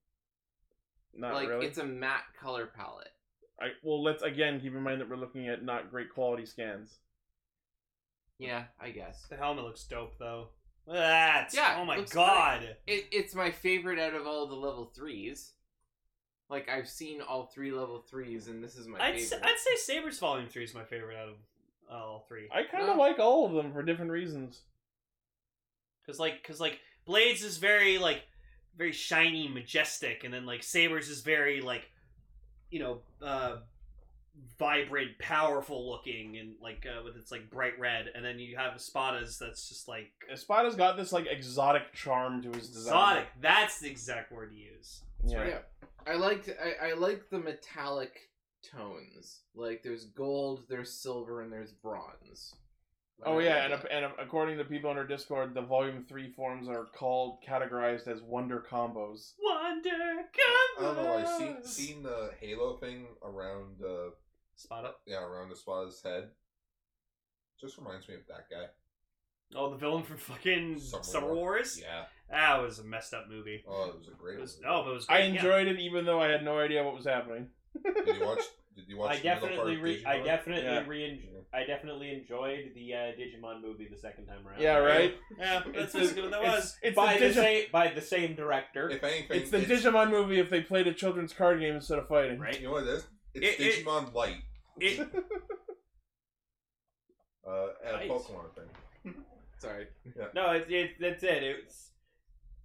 Not like Uh, really. it's a matte color palette. I, well, let's again keep in mind that we're looking at not great quality scans. Yeah, I guess. The helmet looks dope, though. Look at that! Yeah, oh my looks god! It, it's my favorite out of all the level threes. Like I've seen all three level threes, and this is my I'd, say, favorite. I'd say Sabers Volume 3 is my favorite out of all three. I kind of No. like all of them for different reasons. Because, like, cause, like, Blades is very, like, very shiny, majestic, and then, like, Sabers is very, like, you know, uh, vibrant, powerful looking, and, like, uh, with its, like, bright red, and then you have Espadas that's just, like, Espada's got this like exotic charm to his design. exotic. That's the exact word to use. Yeah. yeah. I liked I, I like the metallic tones. Like there's gold, there's silver, and there's bronze. Oh I yeah, like and, that. and according to people on our Discord, the Volume Three forms are called categorized as Wonder combos. Wonder I don't know. I seen Combos! seen the Halo thing around uh Spot up. yeah around the spot's head. Just reminds me of that guy. Oh, the villain from fucking Summer Summer, War. Wars? Yeah. That was a messed up movie. Oh, it was a great. It was, movie. no, but it was I great, yeah. enjoyed it even though I had no idea what was happening. Did you watch? Did you watch? I the middle part definitely, of re- Digimon? I definitely Yeah. re, I definitely enjoyed the uh, Digimon movie the second time around. Yeah, right. Yeah, It's that's the- basically what that was. It's, it's by the the, Digi- same by the same director. If anything, it's the Digimon movie if they played a children's card game instead of fighting. Right? You know what it is? It's It- it- Digimon Light. It, Uh, and Nice. Pokemon thing. Sorry. no, it's it, that's it. It's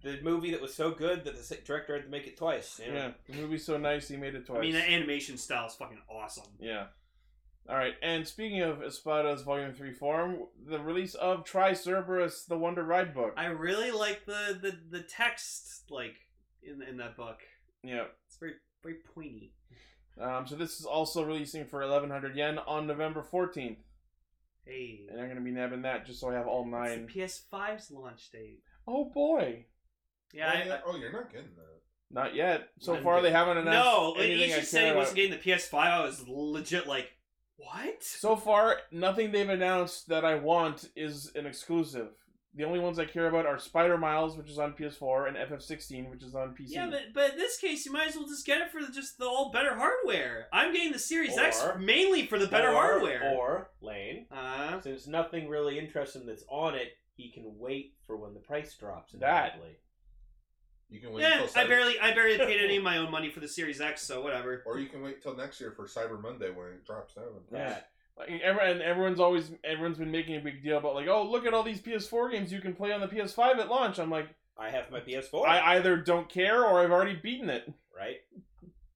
the movie that was so good that the s- director had to make it twice. you know? Yeah, the movie's so nice he made it twice. I mean, the animation style is fucking awesome. yeah. All right, and speaking of Espada's Volume Three form, the release of Tri Cerberus: The Wonder Ride book. I really like the, the, the text, like, in, in that book. yeah. It's very, very pointy. Um, so this is also releasing for 1100 yen on November 14th, Hey. and I'm gonna be nabbing that just so I have all nine. It's the PS5's launch date. oh boy, Yeah, oh, I, uh, yeah. oh, you're not getting that. not yet. So I'm far, they getting- haven't announced No, when anything. I Ichi said care he about. wasn't getting the PS5, I was legit like, what? So far, nothing they've announced that I want is an exclusive. The only ones I care about are Spider Miles, which is on PS4, and FF16, which is on PC. Yeah, but, but in this case, you might as well just get it for just the all better hardware. I'm getting the Series X Or- mainly for the better or, hardware. Or Lane, uh, since nothing really interests him that's on it, he can wait for when the price drops. That. inevitably. You can wait yeah, until I Cyber- barely I barely paid any of my own money for the Series X, so whatever. or you can wait till next year for Cyber Monday when it drops down. in price. that. Like, ever- and everyone's always everyone's been making a big deal about like, oh, look at all these PS4 games you can play on the PS5 at launch. I'm like, I have my PS4. I either don't care or I've already beaten it. right?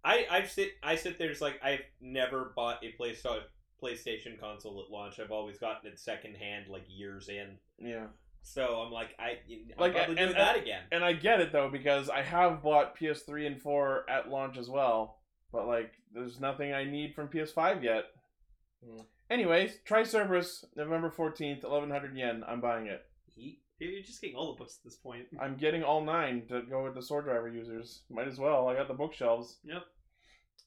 I I sit I sit there just like I've never bought a PlayStation PlayStation console at launch. I've always gotten it secondhand, like years in. Yeah. So I'm like I I'm Like, probably and- do that again. And I get it though because I have bought PS3 and 4 at launch as well, but like there's nothing I need from PS5 yet. Hmm. Anyways, try Cerberus November 14th, 1100 yen. I'm buying it. He- You're you're just getting all the books at this point. I'm getting all 9 to go with the Sword Driver users. Might as well. I got the bookshelves. Yep.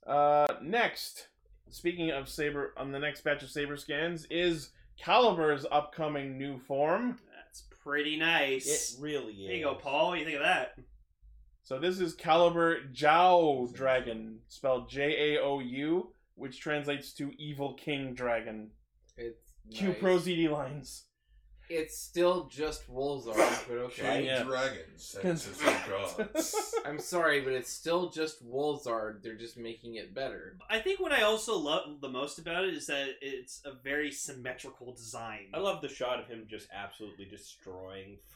Uh next, speaking of Saber on the next batch of Saber scans is Caliber's upcoming new form. That's pretty nice. It really is. there you go, Paul. What do you think of that? So this is Caliber Jiao Dragon, spelled J A O U, which translates to Evil King Dragon. It's Q nice. Pro ZD lines. It's still just Wolzark, but okay. King Yeah. Dragon senses the gods. I'm sorry, but it's still just Wolzard. They're just making it better. I think what I also love the most about it is that it's a very symmetrical design. I love the shot of him just absolutely destroying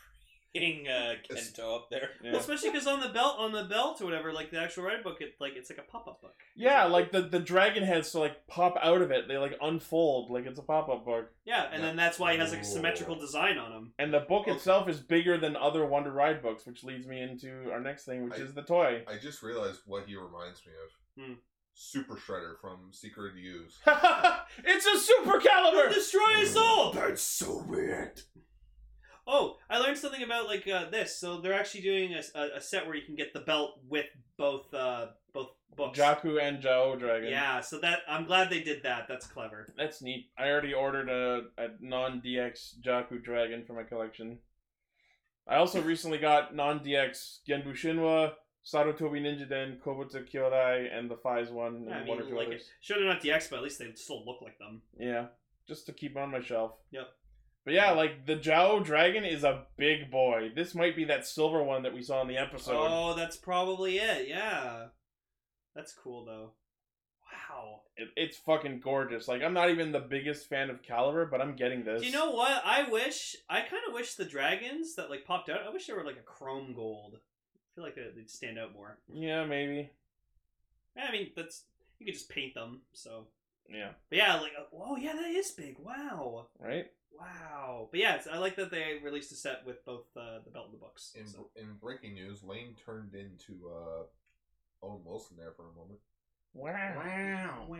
freaking uh, It's- Kento up there. Well, especially because on the belt, on the belt or whatever, like the actual red book, it like it's like a pop up book. Yeah, like the, the dragon heads to like pop out of it. They like unfold like it's a pop up book. yeah, and then that's why it has like Ooh. symmetrical design on them. And the book Okay. itself is bigger than other Wonder Ride books, which leads me into our next thing, which I- is the toy. I just realized what he reminds me of. Hmm. Super Shredder from Secret Use. it's a super caliber! Destroy us all. That's so weird. Oh, I learned something about like uh, this. So they're actually doing a, a, a set where you can get the belt with both uh, both books. Jaku and Jao Dragon. Yeah, so that I'm glad they did that. That's clever. That's neat. I already ordered a, a non DX Jaku Dragon for my collection. I also recently got non DX Genbu Shinwa, Sarutobi Ninja Den, Kobutsu Kyorai, and the Fize one, and Yeah, I one or mean, two like others. sure they're not DX, but at least they still look like them. Yeah, just to keep on my shelf. Yep. But yeah, like the Jao Dragon is a big boy. This might be that silver one that we saw in the episode. oh, that's probably it. Yeah, that's cool though. Wow. It, it's fucking gorgeous. Like I'm not even the biggest fan of Caliber, but I'm getting this. Do you know what? I wish I kind of wish the dragons that like popped out. I wish they were like a chrome gold. I feel like they- they'd stand out more. Yeah, maybe. I mean, that's you could just paint them. So, Yeah. but yeah, like uh, oh yeah, that is big. Wow, Right. wow. But yeah, it's, I like that they released a set with both uh, the belt and the books. In, so. in breaking news, Lane turned into uh, Owen Wilson there for a moment. Wow. Wow. oh, Wow,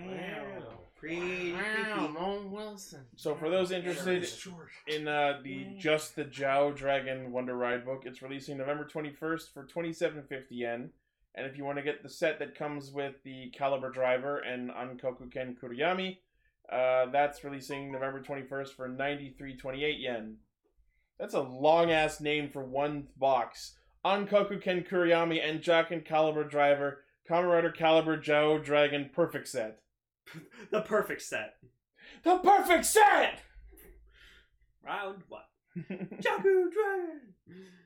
pretty Wow, creepy. Mo Wilson. So for those Sure, interested it's George. in uh, the Just the Jow Dragon Wonder Ride book, it's releasing November 21st for 27.50 yen. And if you want to get the set that comes with the Caliber Driver and Ankoku Ken Kuriyami, uh, that's releasing November 21st for 93.28 yen. That's a long ass name for one box. Ankoku Ken Kuriyami and Jock and Caliber Driver, Comrade Caliber Jow Dragon Perfect Set. The perfect set. The perfect set! Round one. Jaku dragon.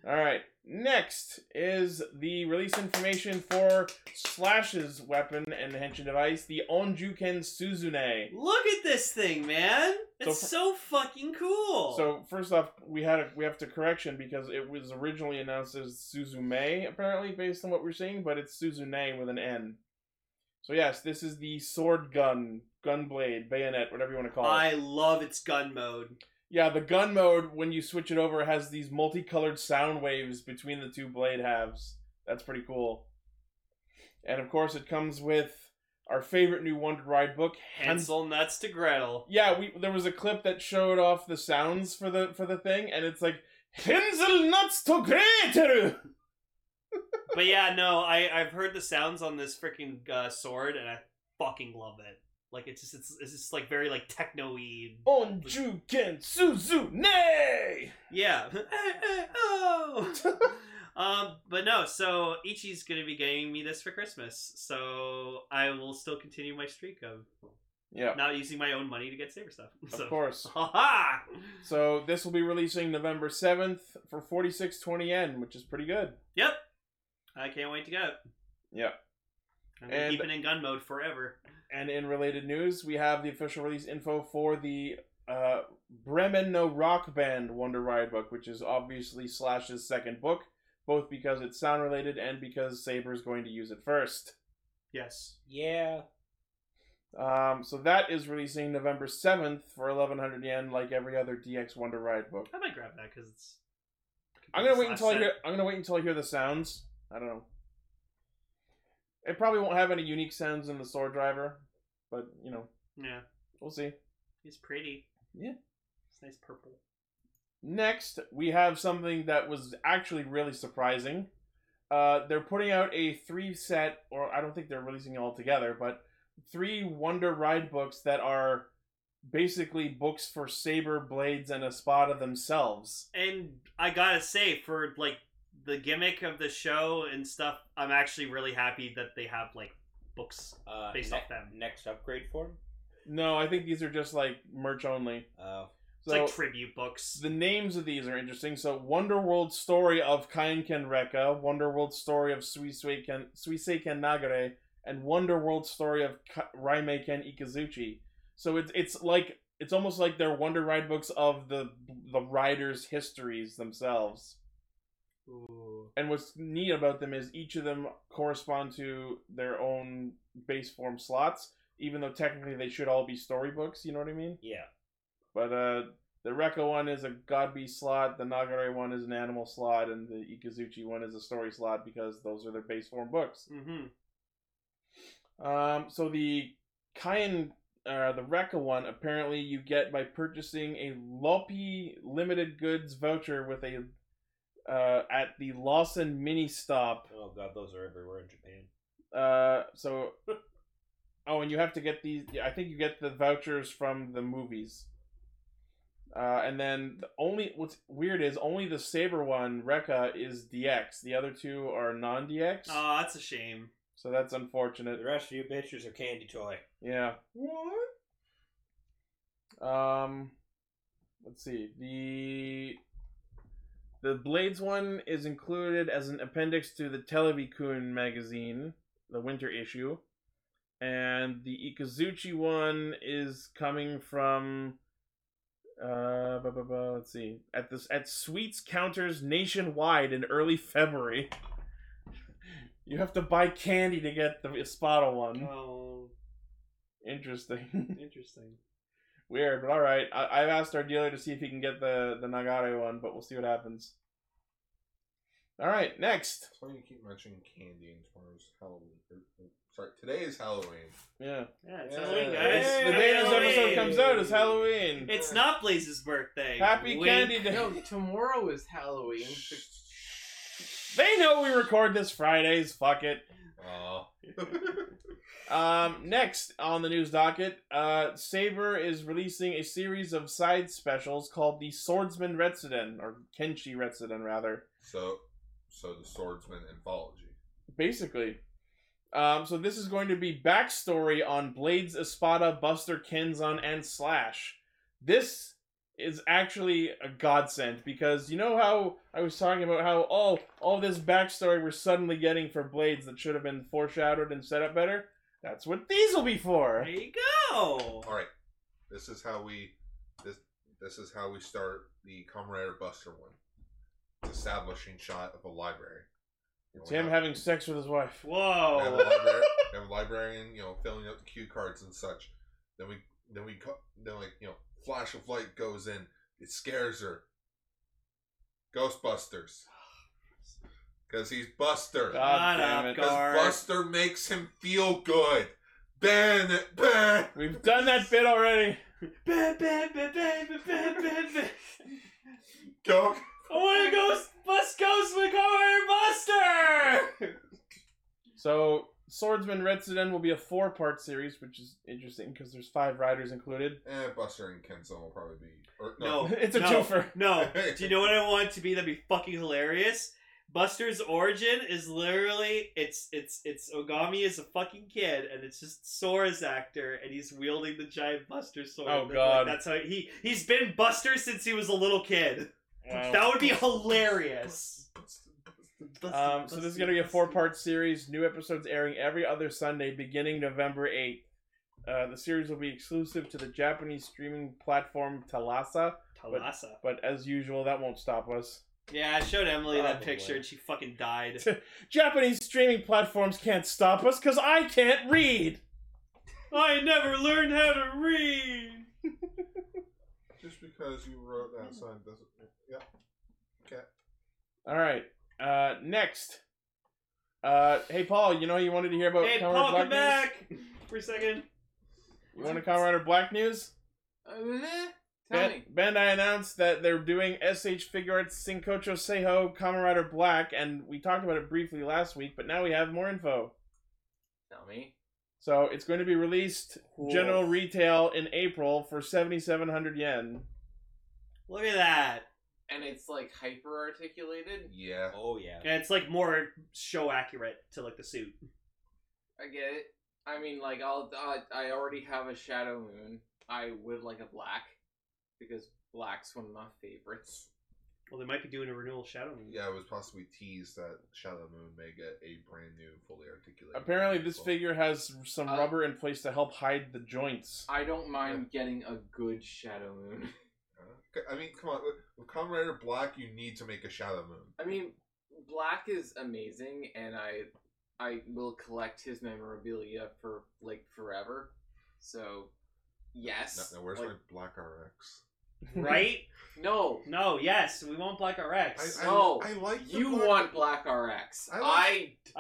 All right. Next is the release information for Slash's weapon and henshin device, the Onjuken Suzune. Look at this thing, man. It's So- so, fucking cool. So first off, we had a, we have to correction because it was originally announced as Suzume, apparently based on what we're seeing, but it's Suzune with an N. So yes, this is the sword gun, gun blade, bayonet, whatever you want to call it. I love its gun mode. Yeah, the gun mode when you switch it over has these multicolored sound waves between the two blade halves. That's pretty cool. And of course, it comes with our favorite new Wonder Ride book, Hans- Hansel nuts to Gretel. Yeah, we there was a clip that showed off the sounds for the for the thing, and it's like Hansel nuts to Gretel. But yeah, no, I I've heard the sounds on this freaking uh, sword, and I fucking love it. Like Oh. it's just it's, it's just like very like techno-y. Onjuken Suzune. Yeah. Eh, oh. um, but no, so Ichi's gonna be getting me this for Christmas, so I will still continue my streak of Yeah, not using my own money to get saber stuff. So. of course. Ha So this will be releasing November seventh for forty six twenty yen, which is pretty good. Yep. I can't wait to get it. Yep. I'm gonna And- keep it in gun mode forever. And in related news, we have the official release info for the uh, Bremen No Rock Band Wonder Ride book, which is obviously Slash's second book, both because it's sound related and because Saber's going to use it first. Yes. Yeah. Um, so that is releasing November 7th for 1100 yen, like every other DX Wonder Ride book. I might grab that because it's. I'm gonna wait Slash until I set. hear. I'm gonna wait until I hear the sounds. I don't know. It probably won't have any unique sounds in the Sword Driver, but you know, Yeah, we'll see. he's pretty. Yeah. it's nice purple. Next, we have something that was actually really surprising. Uh, they're putting out a three set, or I don't think they're releasing it all together, but three Wonder Ride books that are basically books for Saber Blades and Espada themselves. And I gotta say, for like the gimmick of the show and stuff, I'm actually really happy that they have like books. Uh, Based ne- off them. Next upgrade form. No, I think these are just like merch only. Oh. It's like tribute books. The names of these are interesting. So, Wonderworld Story of Kain Ken Reka, Wonderworld Story of Suisei Ken, Suisei Ken Nagare, and Wonderworld Story of Ka- Raime Ken Ikazuchi. So it's it's like it's almost like they're Wonder Ride books of the the riders' histories themselves. Ooh. And what's neat about them is each of them correspond to their own base form slots, even though technically they should all be storybooks. You know what I mean? Yeah. But uh, the Rekka one is a Godby slot, the Nagare one is an animal slot, and the Ikazuchi one is a story slot because those are their base form books. Mm-hmm. Um, so the Kayan, uh, the Rekka one, apparently you get by purchasing a Lopi limited goods voucher with a uh, at the Lawson mini stop. Oh god, those are everywhere in Japan. Uh, so, oh, and you have to get these. yeah, I think you get the vouchers from the movies. Uh, and then the only what's weird is only the saber one Rekka is DX. The other two are non-DX. Oh, that's a shame. so that's The unfortunate. rest of you bitches are candy toy. Yeah. What? Um, let's see. The the Blades one is included as an appendix to the Televicoon magazine, the winter issue, and the Ikazuchi one is coming from. Uh, blah, blah, blah, let's see. At this, at Sweets counters nationwide in early February. You have to buy candy to get the Espada one. Oh, Interesting. interesting. Weird, but all right. I, I've asked our dealer to see if he can get the the Nagare one, but we'll see what happens. All right, next. That's why you keep mentioning candy and tomorrow's Halloween. Or, or, sorry, today is Halloween. Yeah, Yeah, it's Yeah. Halloween, Hey, guys. It's- the day this episode Halloween. comes out is Halloween. It's not Blaze's birthday. Happy Wink. Candy Day. No, tomorrow is Halloween. They know we record this Fridays. Fuck it. Hmm. Oh. Um, next on the news docket, uh, Saber is releasing a series of side specials called the Swordsman Retsuden or Kenshi Retsuden rather. so, so the Swordsman anthology. Basically. Um, so this is going to be backstory on Blades, Espada, Buster, Kenzan, and Slash. This is actually a godsend because you know how I was talking about how oh all this backstory we're suddenly getting for Blades that should have been foreshadowed and set up better. That's what these will be for. There you go. All right, this is how we this this is how we start the Comrade Buster one. It's establishing shot of a library. You know, It's we him have- having sex with his wife. we have a Whoa. library, we have a librarian, you know, filling out the cue cards and such. Then we then we co- then like you know, flash of light goes in. It scares her. Ghostbusters, because he's Buster. God Shut damn up, it. God. Because Buster makes him feel good. Then, then. We've done that bit already. Ba- ba- ba- ba- ba- ba- ba- ba. Go. I want to go s- bus goes with Buster. So Swordsman Retsuden will be a four part series, which is interesting because there's five riders included. Eh, Buster and Kenzo will probably be. Or, No. no. it's a no. twofer. No. Do you know what I want to be? That'd be fucking hilarious. Buster's origin is literally it's it's it's Ogami is a fucking kid and it's just Sora's actor and he's wielding the giant Buster sword. Oh, Like, God. that's how he he's been Buster since he was a little kid. Wow. That would be hilarious. Buster, Buster, Buster, Um, so this is Buster, going to be a Buster. four-part series. New episodes airing every other Sunday, beginning November eighth. Uh, the series will be exclusive to the Japanese streaming platform Talasa, Talasa. but as usual, that won't stop us. Yeah, I showed Emily that Probably. picture and she fucking died. Japanese streaming platforms can't stop us because I can't read. I never learned how to read. Just because you wrote that sign doesn't. Yeah. Okay. All right. Uh, next. Uh, hey Paul, you know you wanted to hear about Hey, Kamen Paul, Rider come Black news. back for a second. You want to Kamen Rider Black news? Uh, meh. Tell Ben, me. Bandai announced that they're doing SH Figure Arts Sincocho Seho Kamen Rider Black, and we talked about it briefly last week, but now we have more info. Tell me. So it's going to be released Cool. general retail in April for 7,700 yen. Look at that. And it's like hyper articulated. Yeah. Oh yeah. And it's like more show accurate to like the suit. I get it. I mean, like I'll, I I already have a Shadow Moon. I would like a black because black's one of my favorites. Well, they might be doing a renewal Shadow Moon. Yeah, it was possibly teased that Shadow Moon may get a brand new, fully articulated. Apparently, this vehicle. figure has some Uh, rubber in place to help hide the joints. I don't mind getting a good Shadow Moon. Huh? I mean, come on. with- With Kamen Rider Black, you need to make a Shadow Moon. I mean, black is amazing, and I I will collect his memorabilia for like forever. So, No, yes. no, where's like, my Black RX? Right? no. no, yes, we want Black RX. I, I, I, No. I like the You Black- want Black RX. I I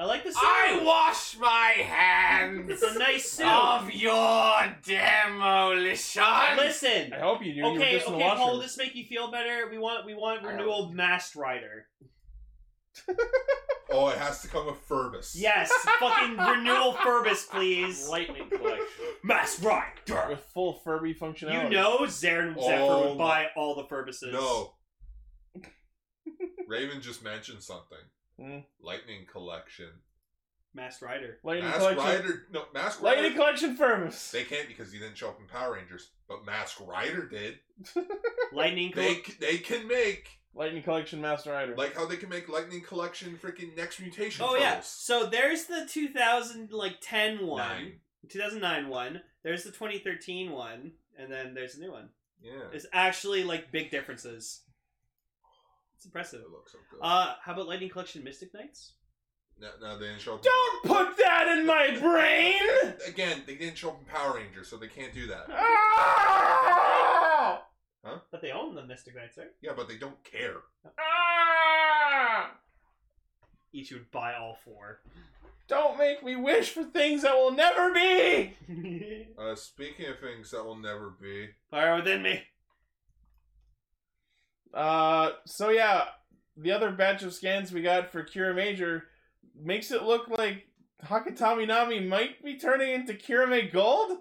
like- like the suit. I wash my hands It's a nice suit. Oh, of your demolition. Listen. I hope you do. you were Okay, just in the okay, Paul, will washroom. this make you feel better? We want we want I don't- renewal Masked Rider. Oh, it has to come with Furbus. Yes, fucking renewal Furbus, please. Lightning collection. Masked Rider. With full Furby functionality. You know Zarin Zephyr Oh would my- buy all the Furbuses. No. Raven just mentioned something. Hmm. Lightning Collection. Masked Rider. Lightning Mask Collection. Rider. No, Mask Lightning Rider. Collection Furbies. They can't because he didn't show up in Power Rangers, but Mask Rider did. Lightning Col- They c- they can make Lightning Collection Master Rider. like how they can make Lightning Collection freaking next mutation. Oh yeah. Turtles. So there's the 2000 like 10 one. Nine. 2009 one. There's the 2013 one, and then there's a new one. Yeah. There's actually like big differences. It's impressive. It looks so good. Uh, how about Lightning Collection Mystic Knights? no, no, they didn't show up. Don't put that in my brain! Again, they didn't show up in Power Rangers, so they can't do that. Ah! But they own the Mystic Knights, right? Yeah, but they don't care. Ah! Each would buy all four. Don't make me wish for things that will never be! Uh, speaking of things that will never be, Fire within me. Uh, so yeah, the other batch of scans we got for Kira Major makes it look like Hakatami Nami might be turning into Kirame Gold?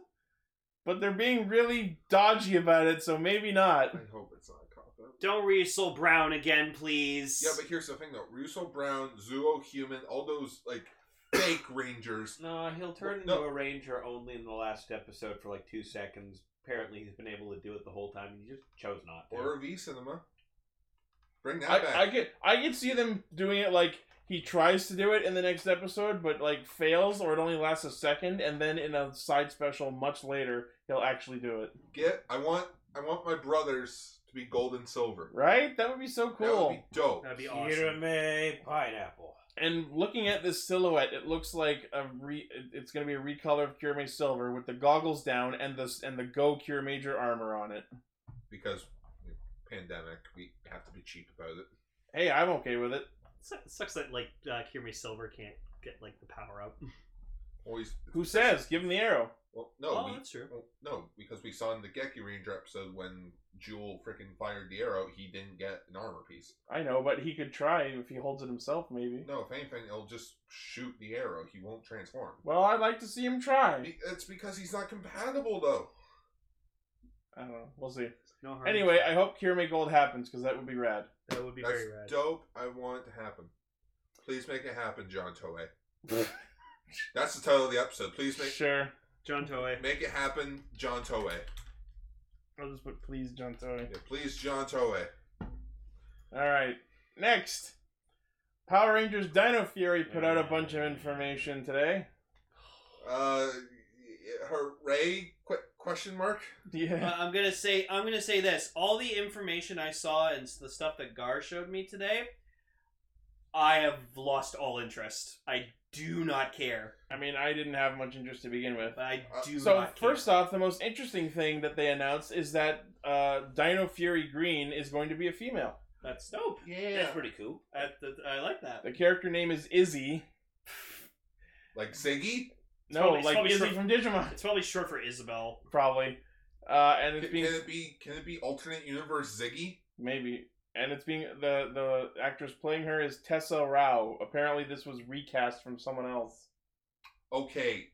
But they're being really dodgy about it, so maybe not. I hope it's not a cop out. Don't Reusel Brown again, please. Yeah, but here's the thing though: Russo Brown, Zuo Human, all those like fake Rangers. No, he'll turn into No. a ranger only in the last episode for like two seconds. Apparently, he's been able to do it the whole time, and he just chose not to. Or V Cinema. Bring that back. I, I could I could see them doing it like he tries to do it in the next episode, but like fails, or it only lasts a second, and then in a side special much later, he'll actually do it. Get. I want. I want my brothers to be gold and silver. Right? That would be so That cool. would be dope. That'd be awesome. Kirame pineapple. And looking at this silhouette, it looks like a re. it- It's gonna be a recolor of Kirame Silver with the goggles down and the and the Go Cure Major armor on it. Because you know, pandemic, we have to be cheap about it. Hey, I'm okay with it. Su- sucks that like uh, Kirame Silver can't get like the power up. Well, he's- Who says? Give him the arrow. Well, no, oh, we- that's true. well, no, because we saw in the Geki Ranger episode when Jewel freaking fired the arrow, he didn't get an armor piece. I know, but he could try if he holds it himself, maybe. No, if anything, it'll just shoot the arrow. He won't transform. Well, I'd like to see him try. Be- It's because he's not compatible, though. I don't know. We'll see. No harm. Anyway, I hope Cure May Gold happens because that would be rad. that would be That's very rad. dope. I want it to happen. Please make it happen, John Toei. That's the title of the episode. Please make Sure. John Toei. make it happen, John Toei. I'll just put please John Toy. Yeah, please, John Toei. All right. Next, Power Rangers Dino Fury put out a bunch of information today. Uh, hooray? Qu- question mark. Yeah. Uh, I'm gonna say I'm gonna say this. All the information I saw and s- the stuff that Gar showed me today, I have lost all interest. I do not care. I mean, I didn't have much interest to begin with. I do Uh, So not. first care. off, the most interesting thing that they announced is that uh, Dino Fury Green is going to be a female. that's dope. That's pretty cool. I, th- I like that. The character name is Izzy. Like Ziggy. No, probably- it's like probably Izzy short- from Digimon, It's probably short for Isabel. probably. Uh, and Can, it's can being it be? Can it be alternate universe Ziggy? maybe, and it's being the the actress playing her is Tessa Rao. Apparently, this was recast from someone else. Okay,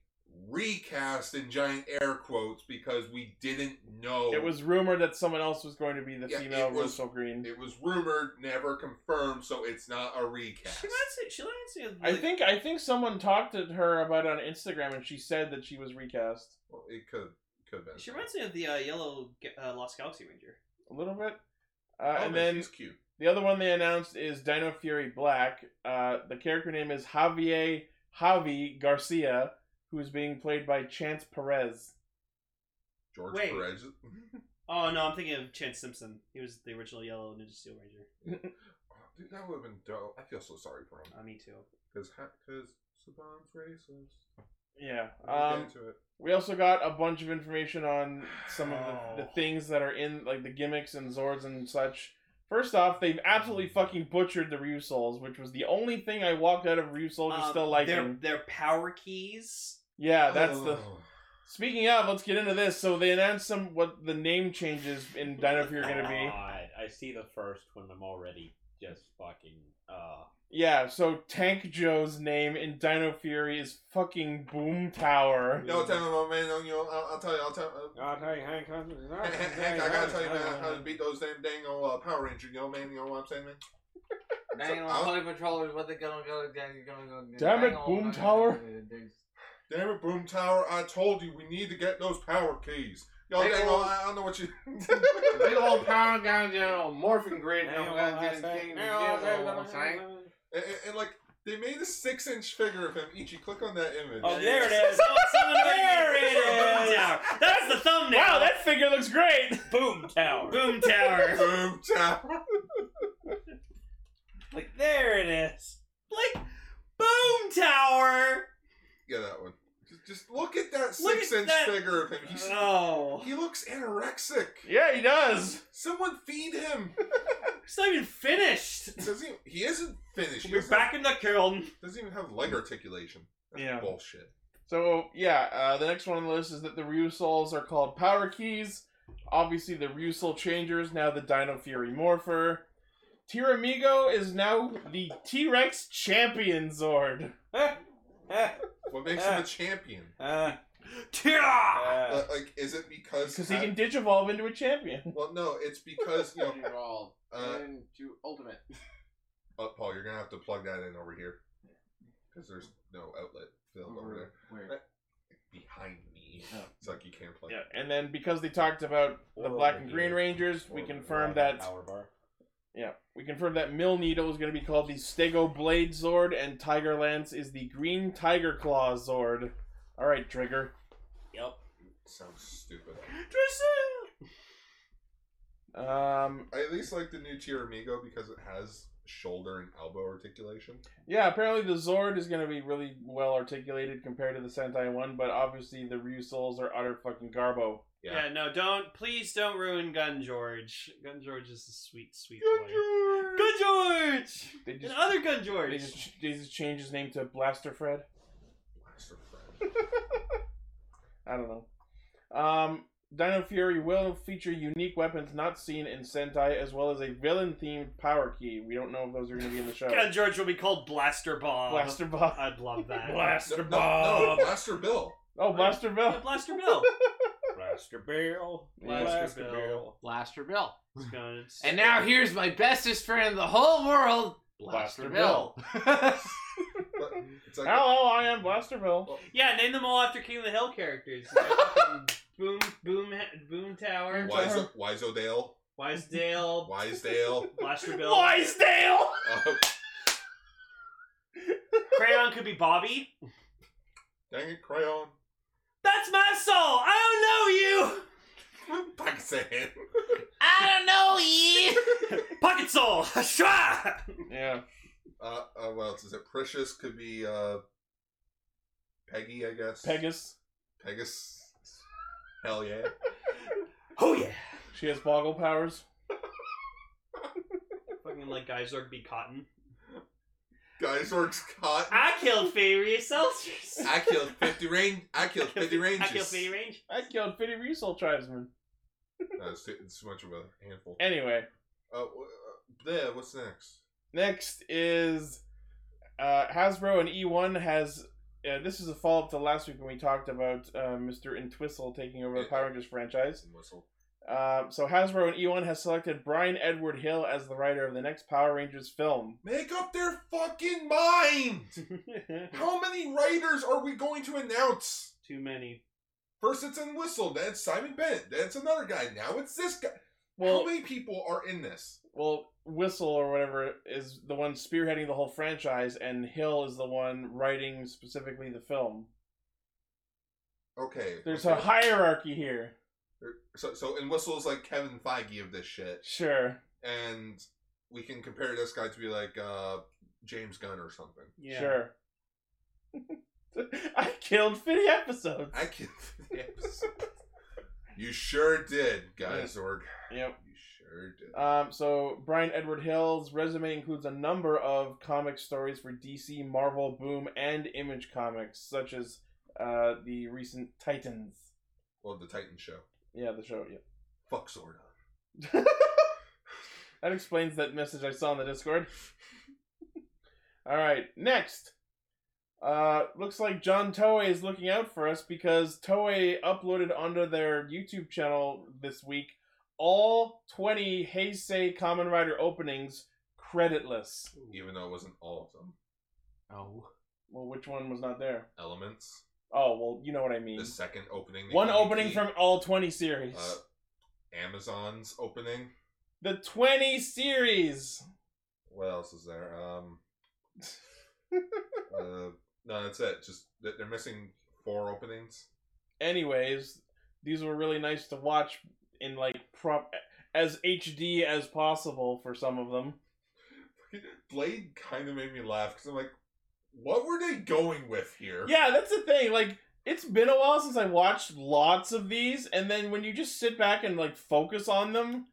recast in giant air quotes because we didn't know. It was rumored that someone else was going to be the Oh. Yeah, female it was- Russell Green. It was rumored, never confirmed, so it's not a recast. She likes it. She likes it. I think I think someone talked to her about it on Instagram, and she said that she was recast Well, it could could have been. She reminds me of the uh, yellow Ga- uh, Lost Galaxy Ranger. a little bit. Uh, Oh, and but then she's cute. The other one they announced is Dino Fury Black. Uh, the character name is Javier Javi Garcia, who is being played by Chance Perez. George Wait. Perez. Oh no, I'm thinking of Chance Simpson. He was the original yellow Ninja Steel Ranger. Dude, that would have been dope. I feel so sorry for him Uh, me too. because because Saban's racist. Yeah. We'll Um, get into it. we also got a bunch of information on some of the, the Oh. things that are in, like the gimmicks and Zords and such. First off, they've absolutely fucking butchered the Ryu Souls, which was the only thing I walked out of Ryu Soldier Um, still their liking. their power keys. Yeah, that's the. Oh. Speaking of, let's get into this. So they announced some what the name changes in Dino Fury are going to be. God, I see the first one. I'm already just fucking. Uh, Yeah, so Tank Joe's name in Dino Fury is fucking Boom Tower. No, tell me, my man. no, you know, I'll, I'll tell you. I'll tell. Uh, Hank, Hank, Hank, Hank, I gotta tell you, man, how to beat those damn dang old uh, Power Ranger, you know, man. You know what I'm saying, man? Dang I'll- on Holly Patrollers, what they gonna go, dang, you gonna go. Damn it, dang on, Boom dang Tower. on, dang Damn it, Boom Tower! I told you we need to get those power keys. Yo, Hey, dang old- old, I I don't know what you. on. Big old power down there on Morphin Grid. and I'm gonna get the king of the hill, I'm saying. and, and, and, like they made a six-inch figure of him. Ichi, click on that image. Oh, there it is. Someone- someone There made it a is. Boom tower. That's the thumbnail. Wow, that figure looks great! Boom tower. boom tower. Boom Tower. Like there it is. like boom tower. Yeah, that one. Just, just look at that Look at six-inch that- figure of him. He's, Oh, He looks anorexic. Yeah, he does! Someone feed him. it's not even finished. Does he? He isn't finished. He We're doesn't- back in the kiln. Doesn't even have leg articulation. That's Yeah. bullshit. So, yeah, uh, the next one on the list is that the Ryu Souls are called Power Keys. Obviously, the Ryu Soul Changer is now the Dino Fury Morpher. Tiramigo is now the T Rex Champion Zord. Ah, ah, What makes him a champion? ah, Tira. ah. Uh, like, is it because? Because he can digivolve into a champion. well, no, it's because you know. You're all Uh, into ultimate. uh, Paul, you're gonna have to plug that in over here because there's no outlet filled Mm-hmm. over there Where? behind me. Oh. It's like you can't plug. Yeah, and then because they talked about the Or Black over and Oh, here. Green Rangers, we Or confirmed the that power bar. Yeah, we confirmed that Mill Needle is going to be called the Stego Blade Zord, and Tiger Lance is the Green Tiger Claw Zord. All right, Trigger. Yep. Sounds stupid. Um, I at least like the new Tiramigo because it has shoulder and elbow articulation. yeah, apparently the Zord is going to be really well articulated compared to the Sentai one, but obviously the Ryu Souls are utter fucking garbo. Yeah. Yeah. no, don't. Please don't ruin Gun George. Gun George is a sweet, sweet boy. Gun George. They And just other Gun they George. just they just changed his name to Blaster Fred. Blaster Fred. I don't know. Um, Dino Fury will feature unique weapons not seen in Sentai, as well as a villain themed power key. We don't know if those are going to be in the show. God, George will be called Blaster Bob. Blaster Bob. I'd love that. Blaster no, no, Bob. no, Master Bill. Oh, Blaster Yeah, Bill. Blaster Bill. Blaster Bill. Blaster Bill. Blaster Bill. It's gonna- it's- And now here's my bestest friend in the whole world, Blaster Blaster, Bill. But it's like Hello, I am Blaster Bill. yeah, name them all after King of the Hill characters. Fucking boom, boom, boom Tower, Boom Wise, Wisedale, Wisedale, Wisedale. Blaster Bill. Wisdale! Uh, Crayon could be Bobby. dang it, crayon. That's my soul. I don't know you. Back sand. I don't know you. Pocket soul. Shwa! Yeah. Uh, uh, what else is it? Precious could be uh, Peggy, I guess. Pegasus. Pegasus. Hell yeah. Oh yeah. She has boggle powers. Fucking like Geysorg be Cotton. Guys works cotton. I killed fairy seltzers. I killed fifty range. I killed fifty I ranges. killed fairy range. I killed Fitty Resoul tribesman. No, it's, too, it's too much of a handful. Anyway, Uh, wh- uh, yeah, what's next? next is uh, Hasbro and E1 has. Uh, this is a follow up to last week when we talked about uh, Mr. Entwistle taking over the Power Rangers franchise. And whistle. Uh, so Hasbro and E1 has selected Brian Edward Hill as the writer of the next Power Rangers film. Make up their fucking mind. How many writers are we going to announce? Too many. First, it's in Whistle. Then it's Simon Bennett. Then it's another guy. Now it's this guy. How Well, many people are in this? well, Whistle or whatever is the one spearheading the whole franchise, and Hill is the one writing specifically the film. Okay. There's a okay. hierarchy here. So, so and Whistle's like Kevin Feige of this shit, Sure, and we can compare this guy to be like uh, James Gunn or something. Yeah. sure. I killed 50 episodes. I can. you sure did, guys. Zorg. Yep. You sure did. Um, so Brian Edward Hill's resume includes a number of comic stories for DC, Marvel, Boom, and Image Comics, such as uh, the recent Titans. well, the Titan show. Yeah, the show. Yeah, Fuck Zordon. that explains that message I saw in the Discord. All right, next. Uh, looks like John Toei is looking out for us because Toei uploaded onto their YouTube channel this week all 20 Heisei Common Rider openings creditless. Even though it wasn't all of them. Oh. Well, which one was not there? Elements. Oh, well, you know what I mean. The E second opening. that One you opening keep, from all 20 series. uh, Amazon's opening. the 20 series! What else is there? Um. uh, no, that's it. Just that they're missing four openings. Anyways, these were really nice to watch in like prop as HD as possible for some of them. Blade kind of made me laugh because I'm like, what were they going with here? Yeah, that's the thing. Like, it's been a while since I watched lots of these, and then when you just sit back and like focus on them,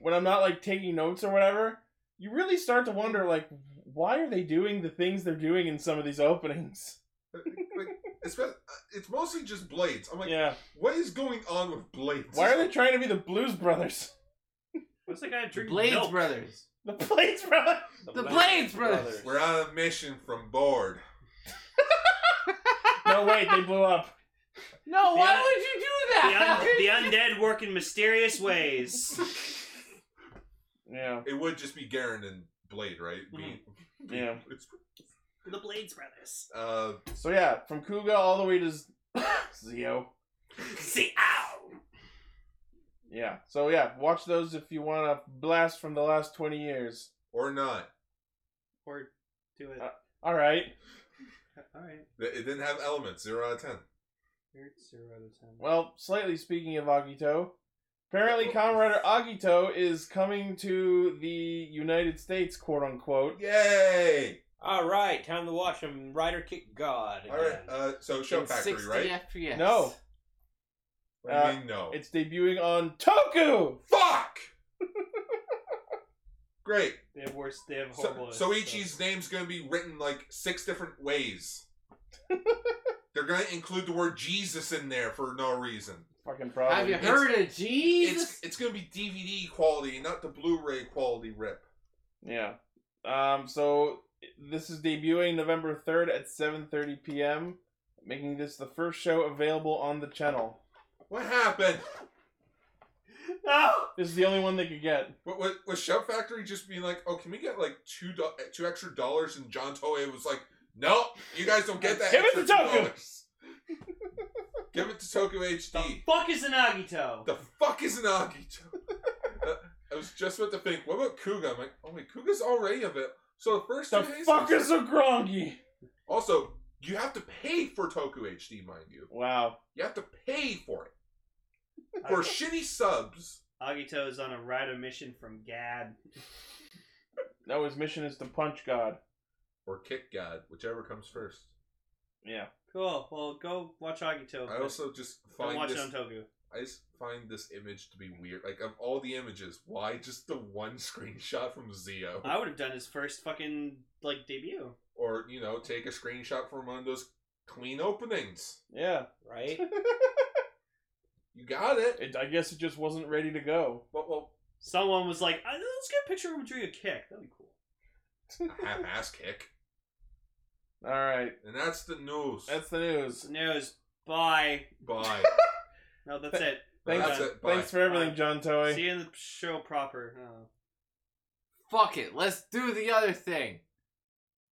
when I'm not like taking notes or whatever, you really start to wonder like, why are they doing the things they're doing in some of these openings? Like, it's, been- uh, it's mostly just blades. I'm like, yeah. what is going on with blades? Why are they trying to be the Blues Brothers? What's that guy drinking? Blades milk? Brothers. The Blades Brothers. The Blades Brothers. We're on a mission from board. No, wait, they blew up. No, The why un- would you do The, that? un- the undead work in mysterious ways. Yeah. It would just be Garen and Blade, right? Be- Mm-hmm. Yeah. The Blades Brothers. Uh, So yeah, from Kuga all the way to Z- Zio. See, ow! Yeah. So yeah, watch those if you want a blast from the last twenty years. or not. Or do it. Uh, All right. Alright. It it didn't have elements. Zero out of ten. Zero out of ten. Well, slightly speaking of Agito, apparently Kamen Rider Agito is coming to the United States, quote unquote. Yay! All right, time to watch him. Rider kick God again. All right. Uh, so Show In Factory, 60 right? FPS. No. What do you Uh, mean no? It's debuting on Toku. fuck. Great. They have worse. They have So, horrible. Soichi's name's gonna be written like six different ways. They're gonna include the word Jesus in there for no reason. Fucking Have probably. you heard of Jesus? It's it's gonna be DVD quality, not the Blu-ray quality rip. Yeah. Um. So this is debuting November third at seven thirty p.m., making this the first show available on the channel. What happened? No! This is the only one they could get. What, what, was Shout Factory just being like, "Oh, can we get like two do- two extra dollars?" And John Toei was like, "No, you guys don't get that. Give it extra to Toku." $2." Give it to Tokyo The HD. fuck is an Agito? The fuck is an Agito? Uh, I was just about to think, what about Kuga? I'm like, oh wait, Kuga's already of it. So the first The two days. fuck is a grongi? also, you have to pay for Toku HD, mind you. Wow. You have to pay for it. For shitty subs. Agito is on a ride of mission from Gad. No, his mission is to punch God. Or Kick God, whichever comes first. Yeah. Cool. Well, go watch Agito. I but also just don't find watch this it on Togu. I just find this image to be weird. Like of all the images, why just the one screenshot from Zio? I would have done his first fucking like debut. Or, you know, take a screenshot from one of those clean openings. Yeah. right? You got it. It, I guess it just wasn't ready to go. Well, well Someone was like, "Uh, "Let's get a picture of him doing a kick. That'd be cool." a half ass kick. All right. And that's the news. That's the news. News. Bye. Bye. No, that's it. Thanks. that's Done. it. Bye. Thanks for everything, Bye. John Toy. See you in the show proper. Oh. Fuck it, let's do the other thing.